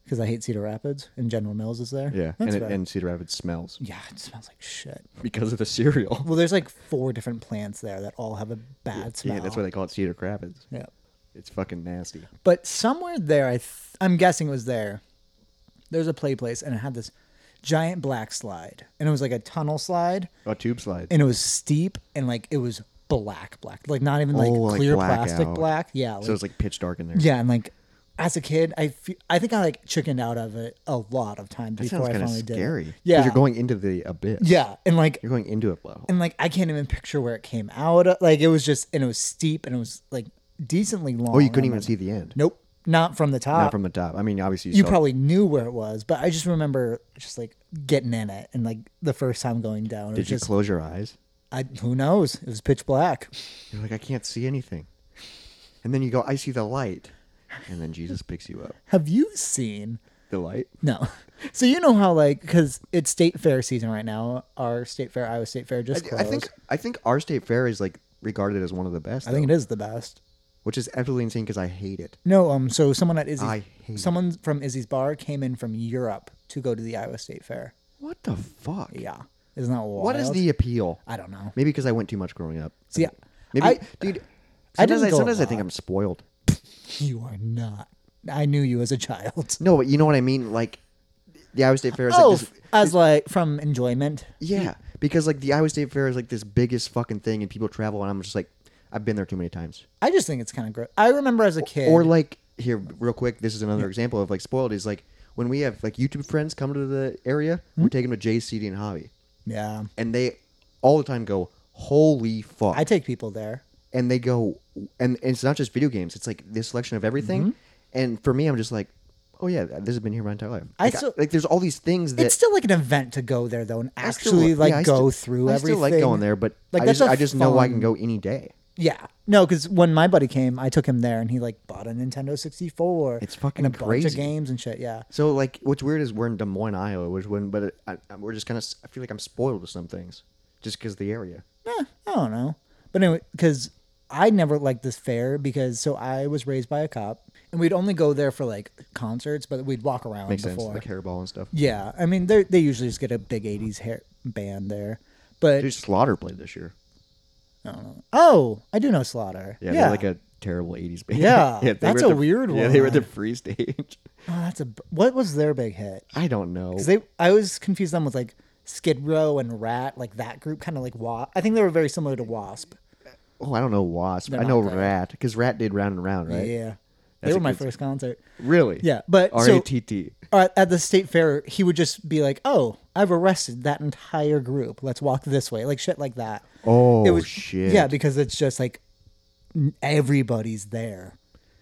because I hate Cedar Rapids, and General Mills is there.
Yeah,
that's
and it,
right.
and Cedar Rapids smells [LAUGHS]
yeah, it smells like shit.
because of the cereal.
Well, there's like four different plants there that all have a bad smell.
Yeah, that's why they call it Cedar Rapids.
Yeah,
It's fucking nasty.
but somewhere there, I th- I'm guessing it was there. There's a play place, and it had this giant black slide, and it was like a tunnel slide,
A Oh, tube slide.
and it was steep, and like it was black, black, like not even like
Oh, like
clear
blackout.
plastic black. Yeah, like,
so it's like pitch dark in there.
yeah, and like. As a kid, I fe- I think I like chickened out of it a lot of times
that
before
sounds
I
kind of
finally did. it.
scary. 'Cause
Yeah,
you're going into the abyss.
yeah, and like
you're going into a black hole.
and like I can't even picture where it came out. of. Like it was just and it was steep and it was like decently long.
Oh, you couldn't
I'm
even
like,
see the end.
Nope, not from the top.
Not from the top. I mean, obviously you,
you
saw-
probably knew where it was, but I just remember just like getting in it and like the first time going down. It was
Did you
just
close your eyes?
I who knows? It was pitch black.
You're like, I can't see anything. And then you go, I see the light. And then Jesus picks you up.
Have you seen?
The light.
No. [LAUGHS] So you know how like because it's state fair season right now. Our state fair, Iowa State Fair, just
I
closed.
think I think our state fair is like regarded as one of the best.
I think it is the best.
which is absolutely insane because I hate it.
No, um, so someone at Izzy's,
I hate it.
someone from Izzy's bar came in from Europe to go to the Iowa State Fair.
What the fuck?
Yeah, isn't that wild?
What is the appeal?
I don't know. [LAUGHS]
Maybe because I went too much growing up.
See,
Maybe,
I-
dude.
I
Sometimes
didn't
I,
go a
sometimes I think
lot.
I'm spoiled.
you are not. I knew you as a child.
[LAUGHS] No, but you know what I mean. Like the Iowa State Fair is
oh,
like this.
as like from enjoyment.
Yeah, because like the Iowa State Fair is like this biggest fucking thing, and people travel, and I'm just like, I've been there too many times.
I just think it's kind of gross. I remember as a kid.
Or like here, real quick, this is another example of like spoiled is like when we have like YouTube friends come to the area,
Hmm?
we take them to Jay's CD and Hobby,
yeah,
and they all the time go, "Holy fuck!"
I take people there.
and they go and, and it's not just video games it's like this selection of everything
Mm-hmm.
and for me i'm just like oh yeah this has been here my entire life
I
like,
still-
like there's all these things that
it's still like an event to go there though, and
I still-
actually like
yeah, I
go
still-
through
I
everything.
still like going there but
Like,
i
that's
just,
a
I just know i
fun-
can go any day
Yeah. No, because when my buddy came, I took him there and he like bought a Nintendo 64.
It's fucking
and a bunch
crazy.
of games and shit. Yeah.
So like, what's weird is we're in Des Moines, Iowa, which wouldn't, but it, I, I- we're just kind of. I feel like I'm spoiled with some things, just because the area.
Eh, I don't know. But anyway, because I never liked this fair because so I was raised by a cop and we'd only go there for like concerts, but we'd walk around
Makes
before.
sense, like hairball and stuff.
Yeah, I mean they they usually just get a big '80s hair band there, but
Dude, Slaughter played this year.
I don't know. Oh, I do know Slaughter.
Yeah,
Yeah,
they're like a terrible '80s band. [LAUGHS]
Yeah,
they
that's
were at
a weird
Yeah, they were at the
one.
free stage.
oh, that's a b- what was their big hit?
[LAUGHS] I don't know.
'Cause they I always confuse them with like Skid Row and Rat, like that group, kind of like Wasp. I think they were very similar to Wasp.
oh, I don't know Wasp.
They're
I know
not that.
Rat because Rat did Round and Round, right?
Yeah,
That's
they
a
were my
good-
first concert.
Really?
Yeah, but
R A
so
T T.
at, at the state fair, he would just be like, "Oh, I've arrested that entire group. Let's walk this way," like shit, like that.
Oh shit!
Yeah, because it's just like n- everybody's there.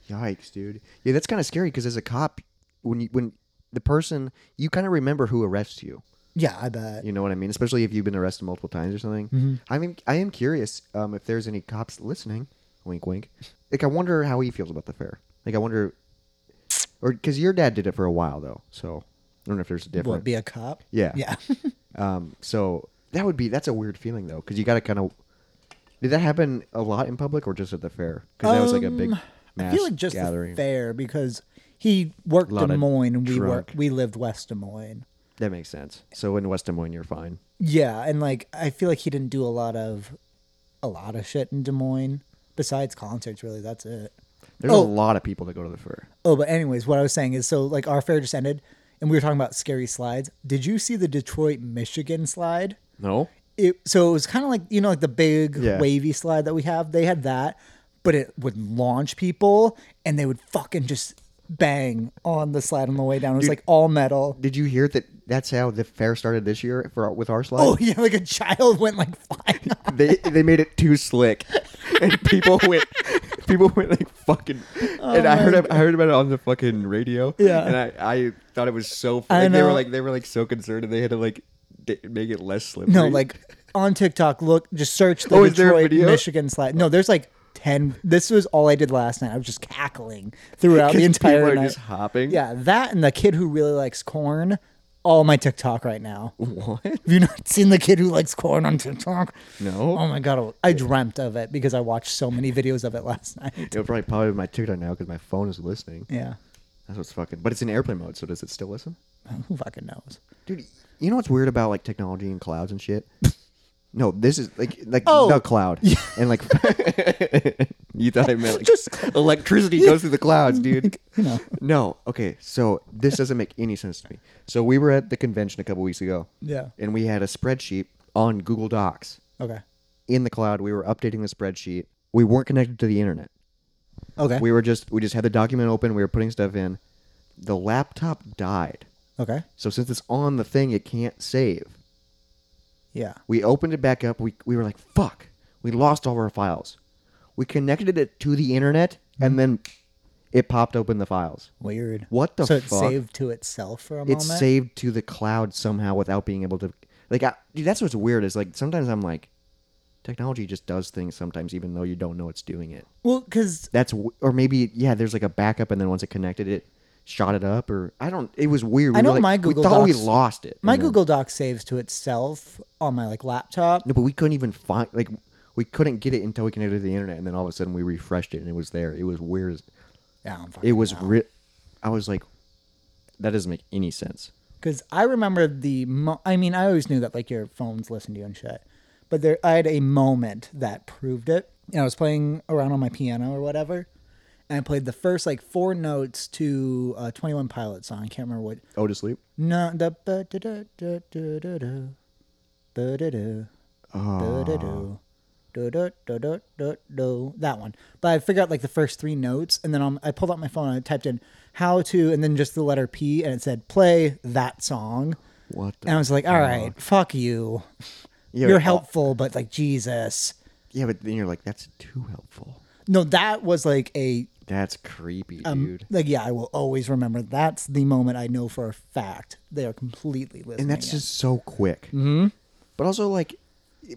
Yikes, dude. Yeah, that's kind of scary because as a cop, when you when the person you kind of remember who arrests you.
Yeah, I bet.
You know what I mean? Especially if you've been arrested multiple times or something.
Mm-hmm.
I mean, I am curious um, if there's any cops listening. Wink, wink. Like, I wonder how he feels about the fair. Like, I wonder, or because your dad did it for a while though, so I don't know if there's a
What
difference.
be a cop?
yeah,
Yeah. [LAUGHS]
Um, so that would be that's a weird feeling though, because you got to kind of. Did that happen a lot in public or just at the fair? Because that was like a big
Um,
mass
I feel like just the
gathering.
fair because he worked
Lot
Des
of
Moines and we
drunk.
worked, we lived West Des Moines.
That makes sense. So in West Des Moines, you're fine.
Yeah, and like I feel like he didn't do a lot of a lot of shit in Des Moines besides concerts. Really, that's it.
There's
Oh.
a lot of people that go to the fair.
Oh, but anyways, what I was saying is so like our fair just ended and we were talking about scary slides. Did you see the Detroit, Michigan slide?
No.
It so it was kind of like you know like the big
Yeah.
wavy slide that we have. They had that, but it would launch people and they would fucking just bang on the slide on the way down. It was like all metal.
Did you hear that? That's how the fair started this year for with our slide.
Oh [LAUGHS] yeah, like a child went like flying. off.
[LAUGHS] They they made it too slick, and
[LAUGHS]
people went people went like fucking. and I heard ab- I heard about it on the fucking radio.
Oh Yeah.
and I, I thought it was so.
I
Funny. They were
know.
like they were like so concerned, and they had to like d- make it less slippery.
No,
[LAUGHS]
like on TikTok, look, just search the
Oh, is there a
Detroit,
video?
Michigan slide. No, there's like ten. This was all I did last night. I was just cackling throughout
[LAUGHS]
the entire
people are
night.
just hopping.
Yeah, that and the kid who really likes corn. All my TikTok right
[LAUGHS]
now.
What?
Have you not seen the kid who likes corn on TikTok?
No.
Oh my god, I dreamt of it because I watched so many videos of it last [LAUGHS] night.
It'll probably probably be my TikTok now because my phone is listening.
Yeah, [LAUGHS]
That's what's fucking. But it's in airplane mode, so does it still listen?
who fucking knows?
Dude, you know what's weird about like technology and clouds and [LAUGHS] shit? no, this is like like
Oh.
the [LAUGHS] cloud and like you thought I meant like
Just-
[LAUGHS] electricity goes through the clouds, dude.
know.
[LAUGHS] No, okay, so this doesn't make any sense to me. So we were at the convention a couple weeks ago,
Yeah.
and we had a spreadsheet on Google Docs
Okay.
in the cloud. We were updating the spreadsheet. We weren't connected to the internet.
Okay.
We were just we just had the document open. We were putting stuff in. The laptop died.
okay.
So since it's on the thing, it can't save.
Yeah.
We opened it back up. We, we were like, fuck, we lost all our files. We connected it to the internet
Mm-hmm.
and then it popped open the files.
Weird.
What the
so it
fuck?
saved to itself for a
It's
moment.
saved to the cloud somehow without being able to. Like, I, dude, that's what's weird is like sometimes I'm like, technology just does things sometimes even though you don't know it's doing it.
well, because
That's, w- or maybe, yeah, there's like a backup and then once it connected it, shot it up or I don't, it was weird. We
I
were
know
like-
my
we
Google
thought we
Docs-
lost it.
My
and then-
Google Doc saves to itself on my like laptop.
No, but we couldn't even find like we couldn't get it until we connected to the internet, and then all of a sudden we refreshed it and it was there. It was weird. as-
Yeah,
It was re- I was like, that doesn't make any sense.
because I remember the. Mo- I mean, I always knew that like your phones listen to you and shit, but there I had a moment that proved it. And I was playing around on my piano or whatever, and I played the first like four notes to a Twenty One Pilot song. I can't remember what.
Oh, to sleep.
No, the ba- da- da- da- da- da- da. Ba- da- da.
Oh,
Do-do-do. Do-do-do-do-do-do. That one. But I figured out like the first three notes, and then um, I pulled out my phone and I typed in how to, and then just the letter P, and it said play that song.
what? The
And I was like, all right, fuck you.
Yeah,
You're
but-
helpful, but like, Jesus.
yeah, but then you're like, that's too helpful.
No, that was like a,
That's creepy,
Um,
dude.
like, yeah, I will always remember. That's the moment I know for a fact they are completely listening.
and that's
in.
just so quick. Mm-hmm. But also, like,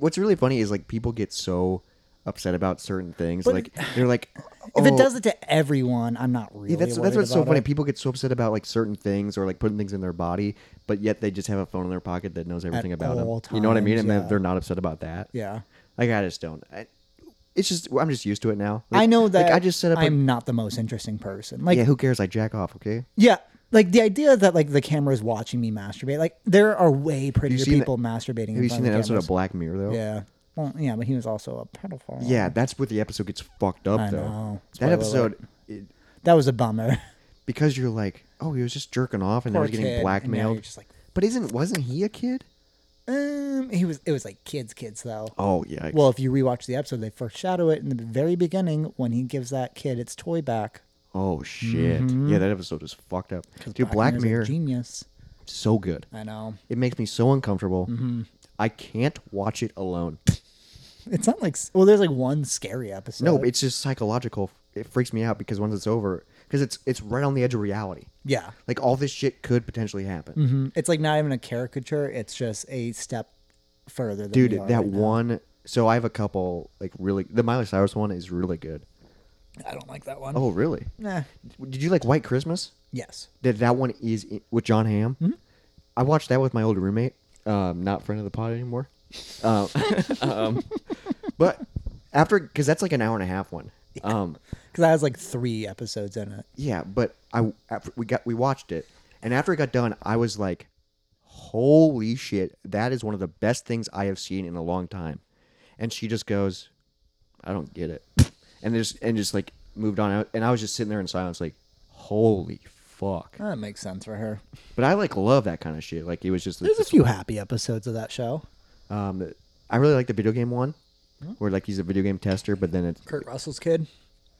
what's really funny is like people get so upset about certain things. like they're like,
If it
"Oh,
does it to everyone, I'm not really.
Yeah, that's
worried
that's what's so
about
funny.
it.
People get so upset about like certain things or like putting things in their body, but yet they just have a phone in their pocket that knows everything about them.
all
you know what I mean?
times,
And then
yeah.
they're not upset about that.
Yeah.
like I just don't. I, it's just I'm just used to it now.
I
Like-
know that
Like I just set up.
I'm not the most interesting person. Like
a, yeah, who cares? I jack off. Okay.
Yeah. Like the idea that like the camera is watching me masturbate. Like there are way prettier
seen that-
people masturbating.
Have
in
you
front
seen that
of
episode of
cameras.
Black Mirror though?
Yeah. Well, yeah, but he was also a pedophile.
Yeah, that's where the episode gets fucked up
I
though.
know. It's
That
why- why-
episode, it,
that was a bummer.
because you're like, oh, he was just jerking off and now
Poor
he's
kid.
getting
And now
blackmailed.
you're just like,
but isn't wasn't he a kid?
um, he was. It was like kids, kids though.
Oh yeah.
Well, if you rewatch the episode, they foreshadow it in the very beginning when he gives that kid its toy back.
oh shit. Yeah, that episode is fucked up. Dude, Black,
mm-hmm. Black Mirror's a
Mirror,
genius.
so good.
I know.
It makes me so uncomfortable. I can't watch it alone.
It's not like s- well, there's like one scary episode.
No, it's just psychological. It freaks me out because once it's over, because it's it's right on the edge of reality.
yeah,
Like all this shit could potentially happen.
Mm, it's like not even a caricature. It's just a step further. Than
Dude,
we are
that
right now.
one. So I have a couple like really. The Miley Cyrus one is really good.
I don't like that one.
Oh really?
Nah.
Did you like White Christmas?
Yes.
that that one is in, with John Hamm. I watched that with my old roommate, um, not friend of the pod anymore. Um, [LAUGHS] um, but after, because that's like an hour and a half one. Um,
Because that has like three episodes in it.
yeah, but I after we got we watched it, and after it got done, I was like, "Holy shit! That is one of the best things I have seen in a long time." And she just goes, "I don't get it," [LAUGHS] and just and just like moved on. And I was just sitting there in silence, like, "Holy fuck!"
That makes sense for her.
But I like love that kind of shit. Like it was just
There's a few happy episodes of that show.
um, I really like the video game one, where like he's a video game tester, but then it's
Kurt Russell's kid.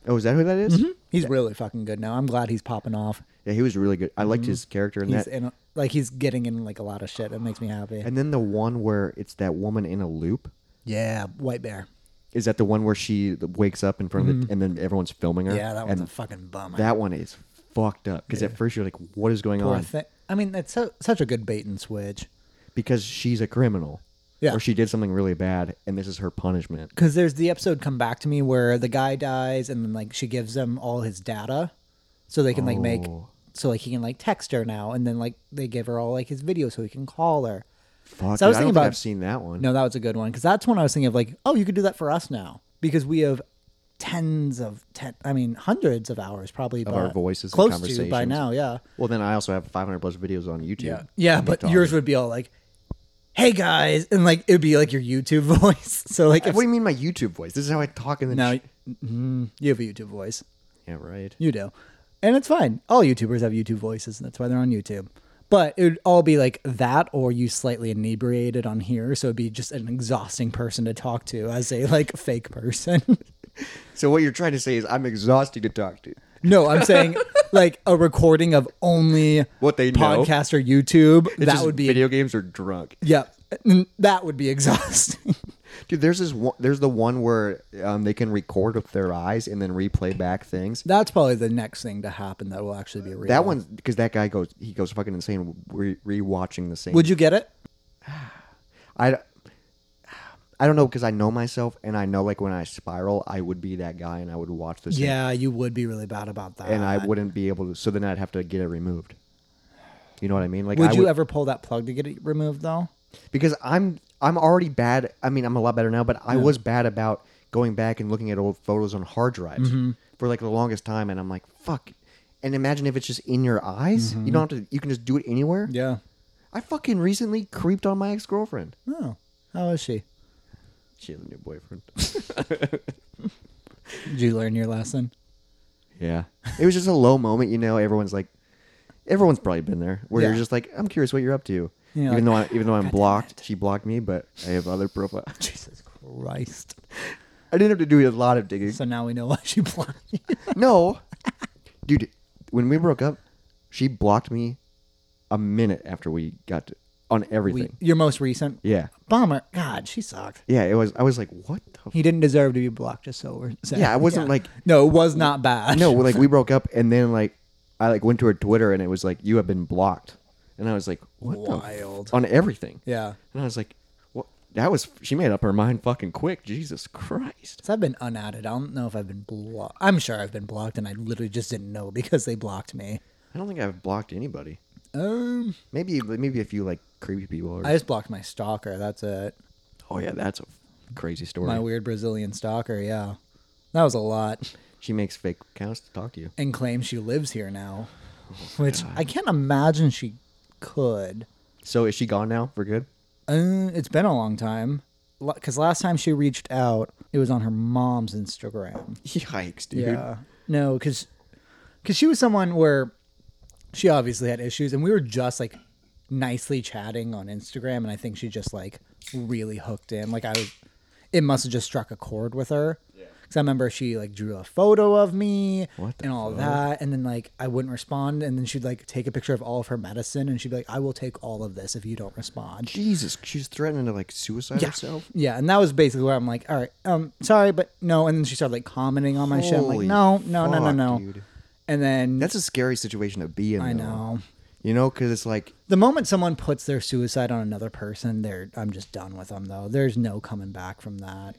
oh, is that who that is?
He's really fucking good now. I'm glad he's popping off.
Yeah, he was really good. I liked his character in
He's
that.
in like he's getting in like a lot of shit. That makes me happy.
and then the one where it's that woman in a loop.
Yeah, White Bear.
Is that the one where she wakes up in front of
Mm-hmm.
the, and then everyone's filming her?
Yeah, that one's
and
a fucking bummer.
that one is fucked up because at first you're like, what is going
Poor
on?
thi- I mean, that's so, such a good bait and switch.
Because she's a criminal.
Yeah.
Or she did something really bad, and this is her punishment.
Because there's the episode "Come Back to Me" where the guy dies, and then like she gives him all his data, so they can like make
Oh.
so like he can like text her now, and then like they give her all like his video so he can call her.
Fuck.
So I was
dude,
thinking
I don't think
about-
I've seen that one.
No, that was a good one because that's when I was thinking of like, oh, you could do that for us now because we have tens of ten, I mean, hundreds of hours probably of
our voices and
close to by
conversations.
now. Yeah,
Well, then I also have 500 plus videos on YouTube.
yeah,
of me
but
talking.
yours would be all like, hey guys, and like it'd be like your YouTube [LAUGHS] voice. So like, if
What do you mean my YouTube voice? This is how I talk in the
now Mhm. you have a YouTube voice.
Yeah, right.
You do. And it's fine. All YouTubers have YouTube voices, and that's why they're on YouTube. But it would all be like that, or you slightly inebriated on here, so it'd be just an exhausting person to talk to as a like [LAUGHS] fake person.
So what you're trying to say is I'm exhausted to talk to.
no, I'm
[LAUGHS]
saying like a recording of only
What they know.
podcast or YouTube.
It's
that
just
would be
video games are drunk,
yeah, n- that would be [LAUGHS] exhausting.
dude. There's this one. There's the one where um, they can record with their eyes and then replay back things.
that's probably the next thing to happen that will actually be real.
That one's because that guy goes he goes fucking insane re- rewatching the same.
Would you get it?
I I don't know because I know myself and I know like when I spiral I would be that guy and I would watch the same
Yeah, you would be really bad about that.
and I wouldn't be able to. So then I'd have to get it removed. You know what I mean? Like
would
I
you ever pull that plug to get it removed though?
because I'm I'm already bad. I mean, I'm a lot better now, but I was bad about going back and looking at old photos on hard drives
Mm-hmm.
for like the longest time, and I'm like, fuck. And imagine if it's just in your eyes. You don't have to. You can just do it anywhere.
Mm-hmm. Yeah.
I fucking recently creeped on my ex girlfriend.
Oh, how is she?
She has a new [LAUGHS] boyfriend.
Did you learn your lesson? [LAUGHS]
yeah, it was just a low moment. You know, everyone's like, everyone's probably been there where
Yeah.
you're just like, I'm curious what you're up to.
Yeah,
even
like,
though I, even though I'm blocked, she blocked me, but I have other profile.
Jesus Christ.
I didn't have to do a lot of
[LAUGHS]
digging.
So now we know why she blocked you.
[LAUGHS] No. Dude, when we broke up, she blocked me a minute after we got to, on
We,
everything.
your most recent
yeah.
bomber. God, she sucked.
Yeah, it was I was like, "What the f-?
He didn't deserve to be blocked, just so we're [LAUGHS] saying.
Yeah, I wasn't like-
No, it was not bad. [LAUGHS]
No, like we broke up and then like I like went to her Twitter and it was like, "You have been blocked." And I was like, "What the f-"
Wild.
on everything."
Yeah.
And I was like, "What that was she made up her mind fucking quick. Jesus Christ.
So I've been unadded. I don't know if I've been blocked. I'm sure I've been blocked, and I literally just didn't know because they blocked me.
I don't think I've blocked anybody.
Um,
Maybe maybe a few like creepy people. Or,
I just blocked my stalker. That's it.
oh yeah, that's a crazy story.
My weird Brazilian stalker. Yeah, that was a lot.
she makes fake accounts to talk to you.
And claims she lives here now, which I can't imagine she could.
So is she gone now for good? [LAUGHS]
Uh, it's been a long time. Because last time she reached out, it was on her mom's Instagram.
Yikes, dude.
Yeah. No, because because she was someone where she obviously had issues, and we were just like nicely chatting on Instagram, and I think she just like really hooked in. Like I was, it must have just struck a chord with her. Because I remember she like drew a photo of me
What the
and all that, and then like I wouldn't respond, and then she'd like take a picture of all of her medicine, and she'd be like, "I will take all of this if you don't respond."
Jesus, she's threatening to like suicide herself.
Yeah, and that was basically where I'm like, all right, um, sorry, but no. And then she started like commenting on my shit. I'm like,
Holy
no, no, no, no,
fuck,
no.
dude.
And then
That's a scary situation to be in.
I
though.
know.
You know, because it's like
the moment someone puts their suicide on another person, they're I'm just done with them though. There's no coming back from that.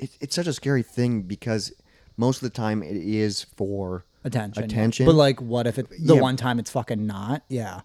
it, it's such a scary thing because most of the time it is for
Attention.
Attention.
But like what if it the
Yeah.
one time it's fucking not? Yeah.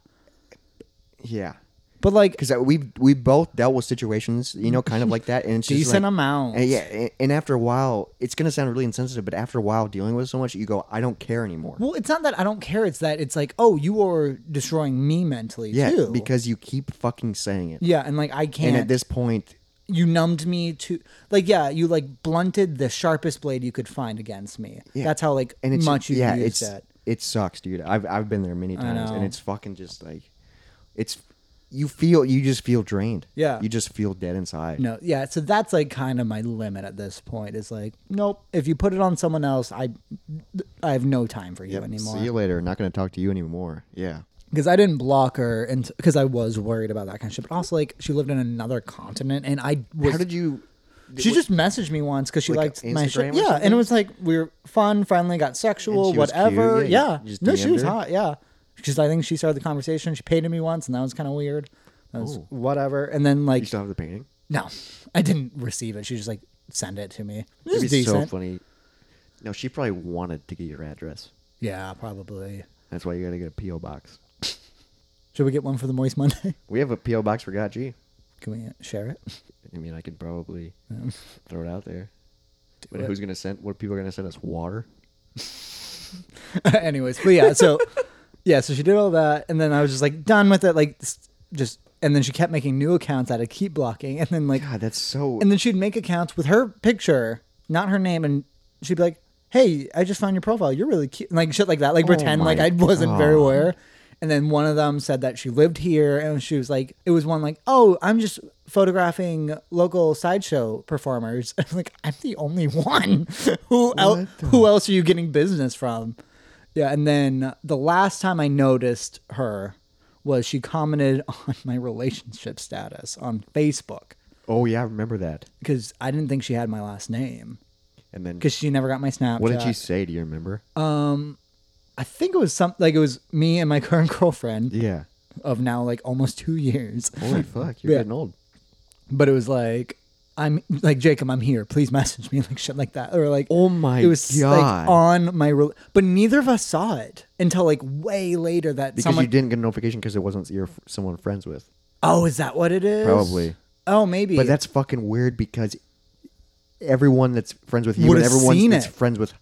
yeah.
But like
Because we we both dealt with situations, you know, kind of like that, and it's just
decent
like-
amount.
And yeah, and, and after a while, it's gonna sound really insensitive, but after a while, dealing with it so much, you go, I don't care anymore.
Well, it's not that I don't care, it's that it's like, oh, you are destroying me mentally
yeah,
too.
because you keep fucking saying it,
yeah, and like I can't
and at this point,
you numbed me to like yeah, you like blunted the sharpest blade you could find agausst me. That's how like
and it's
much you
yeah,
used
it's
it.
it sucks, dude. I've I've been there many times, and
know.
it's fucking just like, it's you feel you just feel drained.
Yeah.
you just feel dead inside.
No, yeah. So that's like kind of my limit at this point. Is like, nope. If you put it on someone else, I, I have no time for you anymore.
See you later. Not gonna talk to you anymore. Yeah.
Because I didn't block her, and because I was worried about that kind of shit. But also, like, she lived in another continent, and I was.
How did you?
she just messaged me once because she
Like,
liked my
Instagram or
shit. Yeah,
something?
and it was like we were fun, friendly, got sexual,
And she was cute,
whatever.
yeah,
yeah,
you just
no, she
DM'd
was
her?
hot. Yeah, because I think she started the conversation. She paid me once, and that was kind of weird. That was whatever. And then like
You still have the painting?
No, [LAUGHS] I didn't receive it. She just like send it to me. This
It'd
is
be so
decent.
funny. No, she probably wanted to get your address.
yeah, probably.
That's why you gotta get a PO box.
Should we get one for the Moist Monday? [LAUGHS]
We have a PO box for God G.
Can we share it? [LAUGHS]
I mean, I could probably throw it out there. But
it.
who's gonna send? What people are gonna send us water?
Anyways, but yeah,
[LAUGHS]
so yeah, so she did all that, and then I was just like done with it, like s- just. And then she kept making new accounts that I keep blocking, and then like,
God, that's so.
and then she'd make accounts with her picture, not her name, and she'd be like, "Hey, I just found your profile. You're really cute," and, like shit like that, like pretend
my
like I wasn't very aware. And then one of them said that she lived here, and she was like, "It was one like, oh, I'm just photographing local sideshow performers." [LAUGHS] I'm like, "I'm the only one. [LAUGHS] who el- who else are you getting business from?" Yeah, and then the last time I noticed her was she commented [LAUGHS] on my relationship status on Facebook
oh yeah, I remember that.
because I didn't think she had my last name
And then
because she never got my Snapchat.
what did she say? Do you remember?
Uh, I think it was some like it was me and my [LAUGHS] current girlfriend
yeah.
of now like almost two years, [LAUGHS]
Holy fuck, you're
Yeah.
getting old.
but it was like. I'm like Jacob. I'm here. Please message me, [LAUGHS] like shit, like that, or like.
Oh my
It was
God.
like on my, re- but neither of us saw it until like way later that
Because
someone.
you didn't get a notification because it wasn't your f- someone friends with.
oh, is that what it is?
Probably.
Oh, maybe.
But that's fucking weird because everyone that's friends with you
Would
and
have
everyone
seen
that's
it. Mm-hmm.
friends with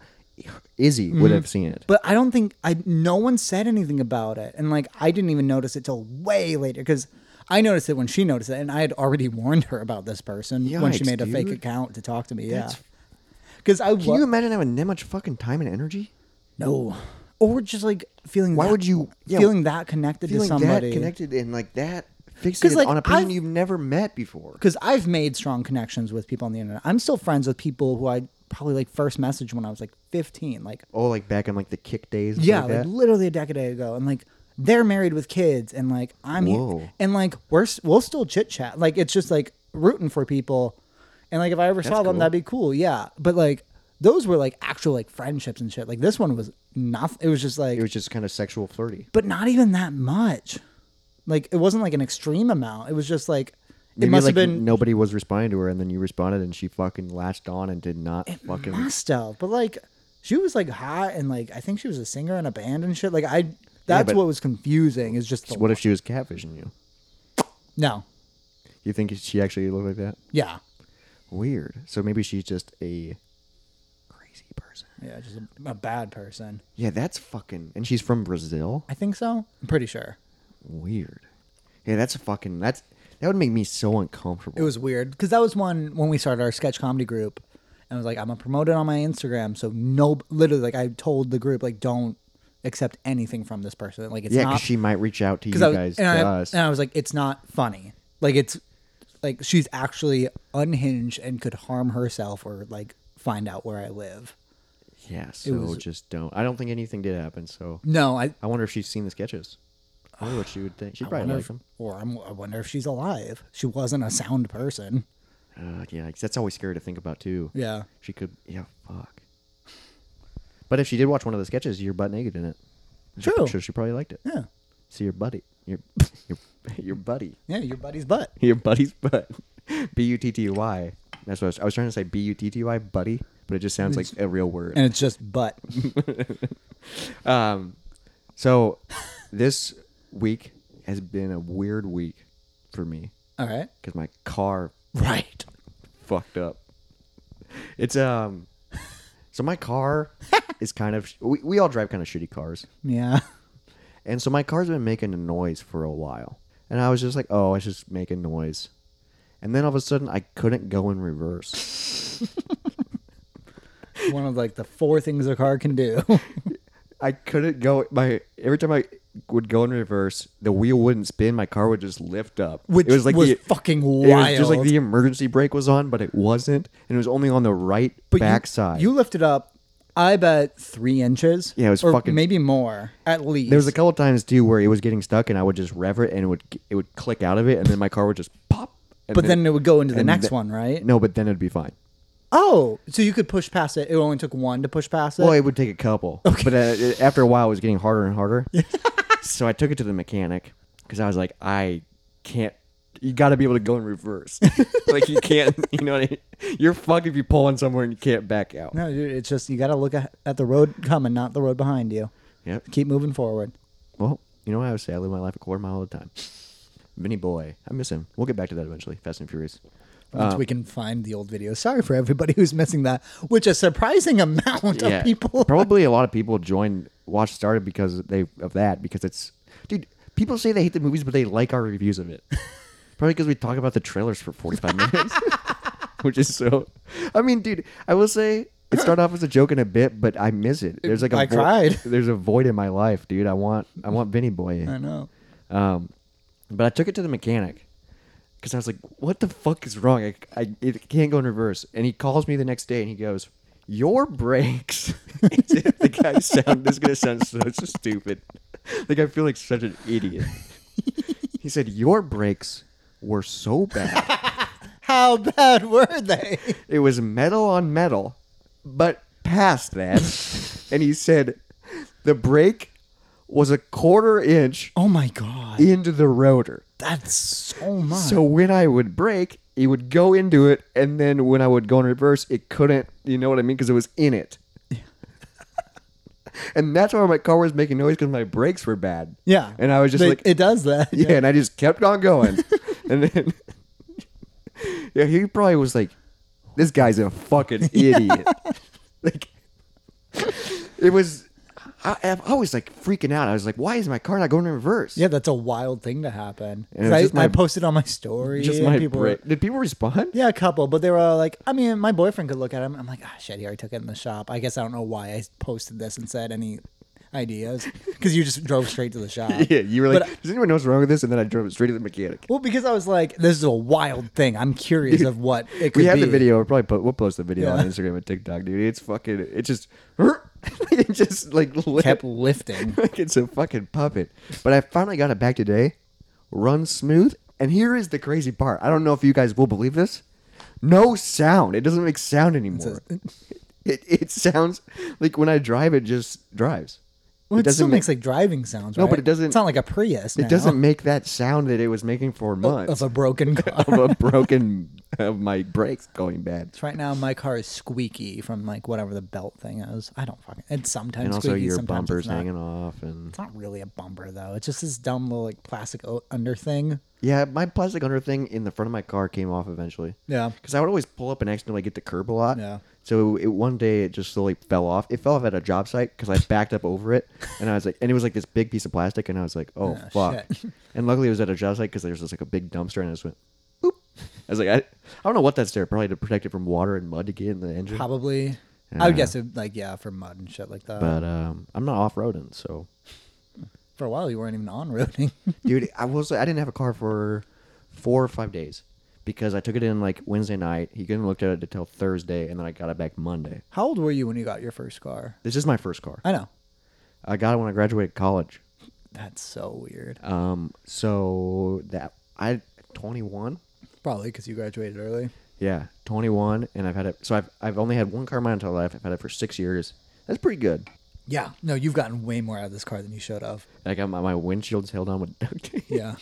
Izzy would have seen it.
But I don't think I no one said anything about it, and like I didn't even notice it till way later because I noticed it when she noticed it, and I had already [LAUGHS] warned her about this person when she
Yikes,
made a fake
dude.
account to talk to me.
That's-
yeah, because I
Can
wa-
you imagine having that much fucking time and energy?
no, or just like feeling.
Why
that-
would you- yeah,
feeling that connected to
Feeling
somebody?
that connected and like that fixated
'Cause, like,
on a person
I've-
you've never met before.
because I've made strong connections with people on the internet. I'm still friends with people who I probably like first messaged when I was like 15. Like
Oh, like back in like the kick days. and
Yeah,
stuff
like,
like that.
literally a decade ago, and like they're married with kids, and like I'm
Whoa.
here, and like we're s- we'll still chit chat. Like it's just like rooting for people, and like if I ever saw
cool.
them, that'd be cool. Yeah, but like those were like actual like friendships and shit. Like this one was nothing. It was just like,
it was just kind of sexual flirty.
but not even that much. Like it wasn't like an extreme amount. It was just like
Maybe,
must have
like,
been-
nobody was responding to her, and then you responded, and she fucking latched on and did not fucking. [LAUGHS]
must have, but like she was like hot and like I think she was a singer in a band and shit. Like I, that's
but-
what was confusing. Is just the,
What if she was catfishing you?
no,
You think she actually looked like that?
yeah,
Weird. So maybe she's just a crazy person.
yeah, just a, a bad person.
Yeah, that's fucking. And she's from Brazil.
I think so. I'm pretty sure
Weird. Yeah, that's fucking. That's that would make me so uncomfortable.
it was weird because that was one when we started our sketch comedy group. And I was like, I'm gonna promote it on my Instagram. So no, literally, like I told the group, like don't accept anything from this person. Like it's
yeah,
not
because she might reach out to you
because I was,
guys
and,
to
I,
us.
and I was like, it's not funny. Like it's like she's actually unhinged and could harm herself or like find out where I live.
yeah, so just don't. I don't think anything did happen. So
No, I,
I wonder if she's seen the sketches. I wonder what she would
[SIGHS]
think. She probably
wonder
like
if,
them.
or I'm, I wonder if she's alive. She wasn't a sound person.
Uh, yeah, 'cause that's always scary to think about too.
Yeah.
She could. Yeah, fuck. But if she did watch one of the sketches, you're butt naked in it. There's a
True.
picture, she probably liked it.
Yeah.
See your buddy. [LAUGHS] Your your your buddy. [LAUGHS]
Yeah, your buddy's butt.
Your buddy's butt. B u t t y. That's what I was, I was trying to say. B u t t y buddy, but it just sounds like a real word.
And it's just butt.
Um, so this week has been a weird week for me
All right.
because my car
Right.
fucked up. It's um, so
[LAUGHS]
my car is kind of we, we all drive kind of shitty cars, [LAUGHS]
Yeah.
and so my car's been making a noise for a while, and I was just like, oh, it's just making noise, and then all of a sudden I couldn't go in reverse.
One of like the four things a car can do.
I couldn't go my every time I would go in reverse, the wheel wouldn't spin, my car would just lift up.
[LAUGHS] Which was
the-
fucking
It was just like
wild.
the emergency brake was on, but it wasn't, and it was only on the right
But you-
backside.
You, lift it up, I bet three inches.
Yeah, it was
or
fucking-
maybe more at least.
there was a couple times too where it was getting stuck, and I would just rev it, and it would it would click out of it, and then my car would just pop. and
but then it would go into the
and
next
the-
one, right?
no, but then it'd be fine.
Oh, so you could push past it. It only took one to push past it.
Well, it would take a couple, but uh, it- after a while, it was getting harder and harder. [LAUGHS] so I took it to the mechanic because I was like, I can't. You got to be able to go in reverse. [LAUGHS] like you can't. [LAUGHS] You know, what I mean? you're fucked if you pull in somewhere and you can't back out.
no, dude, it's just you got to look at, at the road coming, not the road behind you.
Yep.
Keep moving forward.
Well, you know what I would say? I live my life a quarter mile at a time. Vinny boy, I miss him. We'll get back to that eventually. Fast
[LAUGHS]
and Furious. Oh.
Once we can find the old video. Sorry for everybody [LAUGHS] who's missing that, which a surprising amount of people. [LAUGHS]
probably a lot of people joined Watch Started because they of that because it's dude. People say they hate the movies, but they like our reviews
[LAUGHS]
of it. probably because we talk about the trailers for forty five minutes, [LAUGHS] which is so. I mean, dude, I will say it started off as a joke and a bit, but I miss it. There's like a
I cried.
There's a void in my life, dude. I want I want Vinny boy.
I know.
Um, but I took it to the mechanic because I was like, "What the fuck is wrong? I, I it can't go in reverse." And he calls me the next day and he goes, "Your brakes." [LAUGHS] the guy sound this is gonna sound so, so stupid. Like I feel like such an idiot. he said, "Your brakes were so bad.
How bad were they?
It was metal on metal, but past that." and he said, "The brake was a quarter inch
Oh my god,
into the rotor."
that's so much.
So when I would brake, it would go into it, and then when I would go in reverse, it couldn't. You know what I mean? Because it was
[LAUGHS]
in it. and that's why my car was making noise because my brakes were bad.
yeah,
And I was just
They-
like,
it does that.
yeah, and I just kept on going, and then [LAUGHS] yeah, he probably was like, "This guy's
[LAUGHS]
a fucking idiot." like, it was. I, I I was like freaking out. I was like, "Why is my car not going in reverse?"
[LAUGHS] Yeah, that's a wild thing to happen.
And it was
'Cause I,
just my-
I posted on my story.
just
and
my
people were-
brake. Did people respond?
Yeah, a couple, but they were all like, I mean, my boyfriend could look at him. I'm like, ah, shit, he already took it in the shop. I guess I don't know why I posted this and said any
[LAUGHS]
ideas because you just drove straight to the shop.
Yeah, you were
But
like, does anyone know what's wrong with this? And then I drove it straight to the mechanic.
Well, because I was like, this is a wild thing. I'm
[LAUGHS]
curious of what it could
we have
be.
the video. We'll probably put, we'll post the video
Yeah.
on Instagram and TikTok, dude. It's fucking. It just, [LAUGHS] it just like [LAUGHS] lit,
Kept lifting.
like it's a fucking puppet. But I finally got it back today. Runs smooth. And here is the crazy part. I don't know if you guys will believe this. No sound. It doesn't make [LAUGHS] sound anymore. It it sounds like when I drive, it just drives.
Well, it,
doesn't
still
make-
makes like driving sounds.
No, but
right?
it doesn't-
It's not like a Prius.
It
now
doesn't make that sound that it was making for months
of a
[LAUGHS]
broken car.
of
[LAUGHS]
a broken of my brakes going bad.
right now, my car is squeaky from like whatever the belt thing is. I don't fucking. It's sometimes
And also
squeaky.
your
sometimes it's
bumpers
not.
hanging off and
It's not really a bumper though. It's just this dumb little like plastic o- under thing.
yeah, my plastic under thing in the front of my car came off eventually.
Yeah.
because I would always pull up and accidentally get the curb a lot.
Yeah.
So it, one day it just slowly fell off. It fell off at a job site because I backed up over it, and I was like, and it was like this big piece of plastic, and I was like, oh,
Oh,
fuck. And luckily it was at a job site because there was just like a big dumpster, and I just went, boop. I was like, I, I don't know what that's there, probably to protect it from water and mud to get in the engine.
Probably. I would
Yeah.
guess it, like yeah for mud and shit like that.
But um, I'm not off roading, so
for a while you weren't even on [LAUGHS] roading.
dude i was i didn't have a car for four or five days because i took it in like wednesday night he couldn't look at it until thursday and then i got it back monday
How old were you when you got your first car?
this is my first car
I know.
i got it when i graduated college
That's so weird.
um so that i 21
Probably because you graduated early.
yeah 21 and i've had it so i've, I've only had one car in my entire life i've had it for six years that's pretty good
Yeah. No, you've gotten way more out of this car than you should have.
i got my, my windshield held on with [LAUGHS] duct tape
Yeah.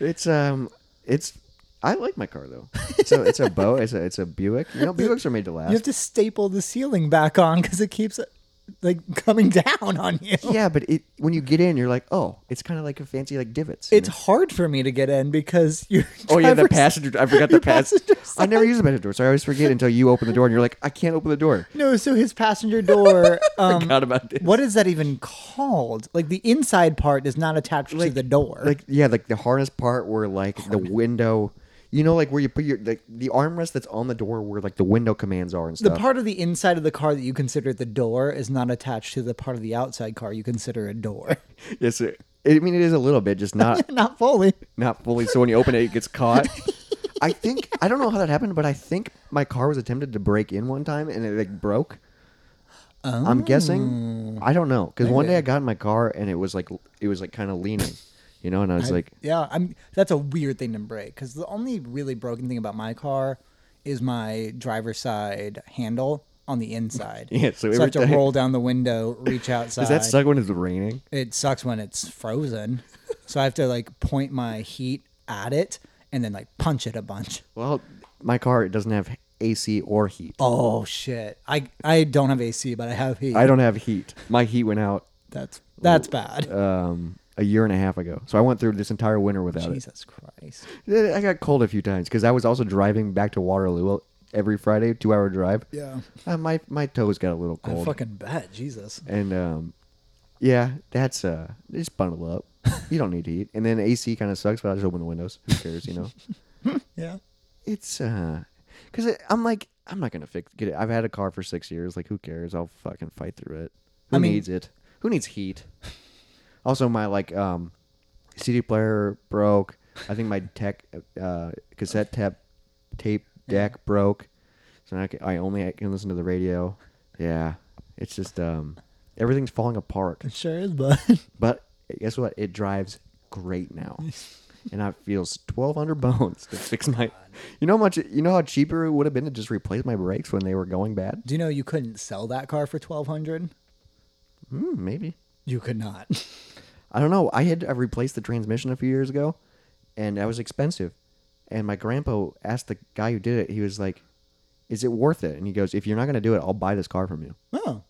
it's um it's i like my car though so it's a bow it's a it's a buick you know buicks are made to last
You have to staple the ceiling back on because it keeps like coming [LAUGHS] down on you.
[LAUGHS] Yeah, but it when you get in, you're like, oh, it's kind of like a fancy like divots. you
It's
know?
hard for me to get in because you.
[LAUGHS] oh yeah, the passenger. I forgot the
your
pass.
passenger
[LAUGHS] I never use the passenger door, so I always forget until you open the door and you're like, I can't open the door.
[LAUGHS] No, so his passenger door. Um,
[LAUGHS] Forgot about this.
What is that even called? Like the inside part is not attached to the door.
Like yeah, like the harness part where like the window. You know, like where you put your like the armrest that's on the door, where like the window commands are and
the
stuff.
part of the inside of the car that you consider the door is not attached to the part of the outside car you consider a door. [LAUGHS]
yes, it, I mean it is a little bit, just not
not fully.
not fully. So when you open it, it gets caught. [LAUGHS] I think I don't know how that happened, but I think my car was attempted to break in one time and it like broke. I'm guessing. I don't know because one day I got in my car and it was like it was like kind of leaning, you know, and I was like,
Yeah, I'm. That's a weird thing to break because the only really broken thing about my car is my driver's side handle on the inside.
[LAUGHS] Yeah, so
I have
every
to
time-
roll down the window,
[LAUGHS]
reach outside.
"Does that suck when it's raining?"
It sucks when it's frozen, so I have to like point my heat at it and then like punch it a bunch.
Well, my car it doesn't have AC or heat.
Oh shit! I I don't have AC, but I have heat.
I don't have heat. My heat went out
that's that's bad.
um, a year and a half ago, so I went through this entire winter without it.
Jesus Christ!
I got cold a few times because I was also driving back to Waterloo every Friday, two hour drive.
Yeah.
Uh, my my toes got a little
I
cold,
fucking bet. Jesus.
and um, yeah, that's uh, just bundle up. you don't need to eat, and then AC kind of sucks, but I just open the windows. Who cares, you know?
Yeah.
it's uh, because I'm like I'm not gonna fix get it. I've had a car for six years. Like who cares? I'll fucking fight through it. Who
I mean-
needs it? Who needs heat? also, my like um, CD player broke. I think my tech uh, cassette tape tape deck broke. So now I, can, I only I can listen to the radio. Yeah, it's just um, everything's falling apart.
It sure is, bud. [LAUGHS]
But guess what? It drives great now, and I feels twelve hundred bones to fix my. You know how much? You know how cheaper it would have been to just replace my brakes when they were going bad?
Do you know you couldn't sell that car for twelve hundred?
Hmm, maybe.
You could not. [LAUGHS]
I don't know. I had I replaced the transmission a few years ago, and that was expensive. And my grandpa asked the guy who did it. He was like, "Is it worth it?" And he goes, "If you're not going to do it, I'll buy this car from you."
Oh,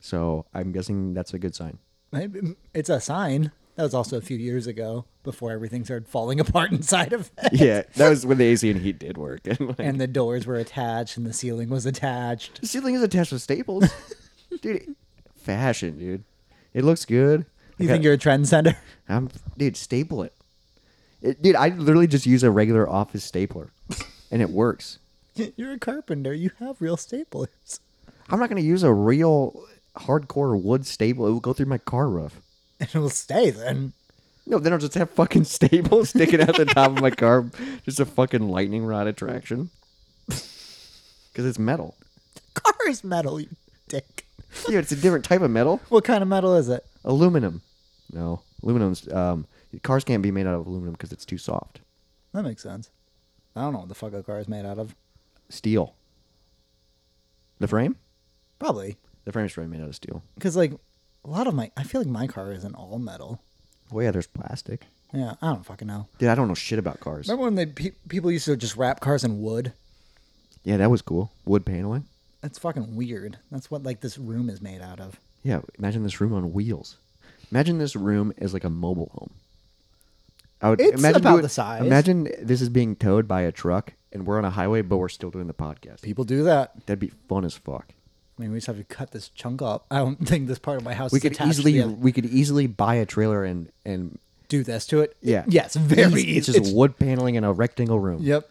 So I'm guessing that's a good sign.
maybe- mm, it's a sign. That was also a few years ago, before everything started falling [LAUGHS] apart inside of it,
yeah, that was when the AC and heat did work. [LAUGHS] And, like,
and the doors were attached, and the ceiling was attached.
The ceiling is attached
[LAUGHS]
with staples. dude, fashion, dude. It looks good.
You
I
think
got-
you're a trendsetter? [LAUGHS]
I'm dude, staple it. it. Dude, I literally just use a regular office stapler and it works.
You're a carpenter. You have real staplers. [LAUGHS]
I'm not going to use a real hardcore wood staple. It will go through my car roof.
And it'll stay then.
No, then I'll just have fucking [LAUGHS] staples sticking out the top of my car. Just a fucking lightning rod attraction. Because it's metal.
Car is metal, you dick.
Yeah, it's a different type of metal.
What kind of metal is it?
Aluminum. No, aluminum's um, cars can't be made out of aluminum because it's too soft.
That makes sense. I don't know what the fuck a car is made out of.
Steel. The frame?
Probably
The frame is probably made out of steel.
because like a lot of my I feel like my car isn't all metal.
Oh yeah, there's plastic.
Yeah, I don't fucking know.
Dude, I don't know shit about cars.
Remember when they pe- people used to just wrap cars in wood?
Yeah, that was cool. Wood paneling.
That's fucking weird. That's what like this room is made out of.
Yeah, imagine this room on wheels. Imagine this room is like a mobile home. I would
It's
imagine
about
doing-
the size.
Imagine this is being towed by a truck, and we're on a highway, but we're still doing the podcast.
People do that.
That'd be fun as fuck.
I mean, we just have to cut this chunk up. I don't think this part of my house
We
is
could
attached
easily
to the,
we could easily buy a trailer and and
do this to it.
yeah
Yes, very
Eas- It's
easy.
just wood paneling in a rectangle
[LAUGHS]
room.
yep.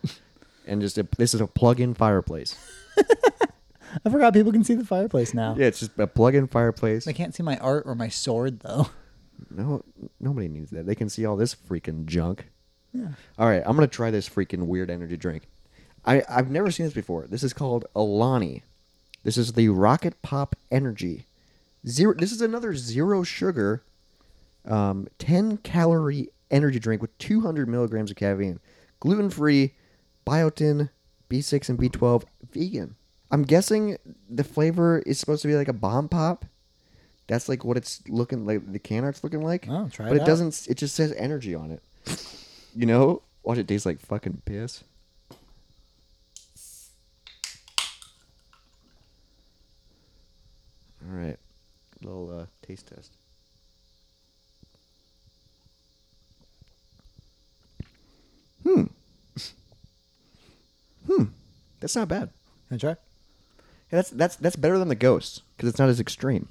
and just a, this is a plug-in [LAUGHS] fireplace.
I forgot people can see the fireplace now.
Yeah, it's just a plug-in fireplace.
They can't see my art or my sword though.
No, nobody needs that. They can see all this freaking junk. All right, I'm gonna try this freaking weird energy drink. I I've never seen this before. This is called Alani. This is the Rocket Pop Energy. Zero. This is another zero sugar, um, ten calorie energy drink with 200 milligrams of caffeine, gluten free, biotin, B6 and B12, vegan. I'm guessing the flavor is supposed to be like a bomb pop. That's like what it's looking like. The can art's looking like.
Oh, try
But
it
it
out.
doesn't. It just says energy on it. You know, watch it tastes like fucking piss. All right, little uh, taste test. Hmm. Hmm. That's not bad.
Can I try?
Yeah, that's that's that's better than the ghosts because it's not as extreme.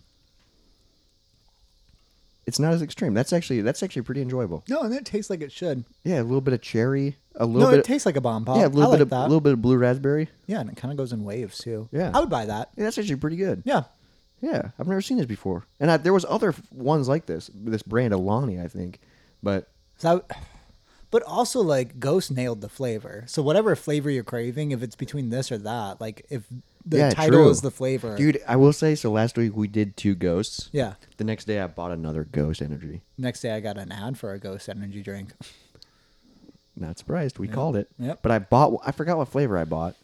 It's not as extreme. That's actually that's actually pretty enjoyable.
No, and it tastes like it should.
Yeah, a little bit of cherry, a little
No,
bit.
it tastes like a bomb pop.
yeah, a
I
little
like
bit of
that.
little bit of blue raspberry.
Yeah, and it kind of goes in waves too.
Yeah.
I would buy that.
Yeah, that's actually pretty good.
Yeah,
Yeah, I've never seen this before, and I, there was other f- ones like this. This brand Alani, I think, but
So, I- but also like Ghost nailed the flavor. So whatever flavor you're craving, if it's between this or that, like if the
yeah,
title
true.
is the flavor,
dude. I will say, so last week we did two ghosts.
Yeah.
The next day I bought another Ghost Energy.
Next day I got an ad for a Ghost energy drink.
Not surprised, we called it.
Yep.
But I bought. I forgot what flavor I bought.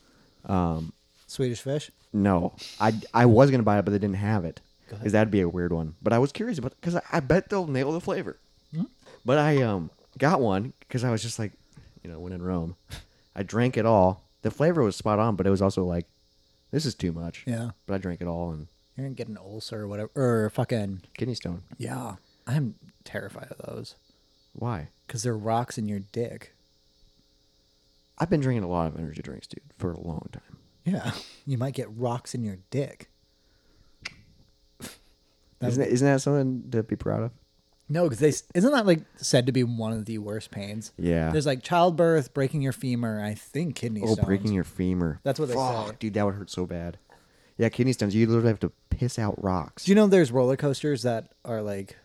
Swedish fish.
No, I I was gonna buy it, but they didn't have it because that'd be a weird one. But I was curious about because I, I bet they'll nail the flavor.
Hmm?
But I um got one because I was just like, you know, when in Rome, I drank it all. The flavor was spot on, but it was also like, this is too much.
Yeah.
But I drank it all and
You're gonna get an ulcer or whatever, or fucking
kidney stone.
yeah. I'm terrified of those
Why?
because they're rocks in your dick.
I've been drinking a lot of energy drinks, dude, for a long time.
Yeah, [LAUGHS] you might get rocks in your dick. That-
isn't that, isn't that something to be proud of?
No, because they isn't that like said to be one of the worst pains.
Yeah.
there's like childbirth, breaking your femur. I think kidney
Oh,
stones.
breaking your femur.
That's what they
Fuck,
say.
dude. That would hurt so bad. Yeah, kidney stones. You literally have to piss out rocks.
Do you know there's roller coasters that are like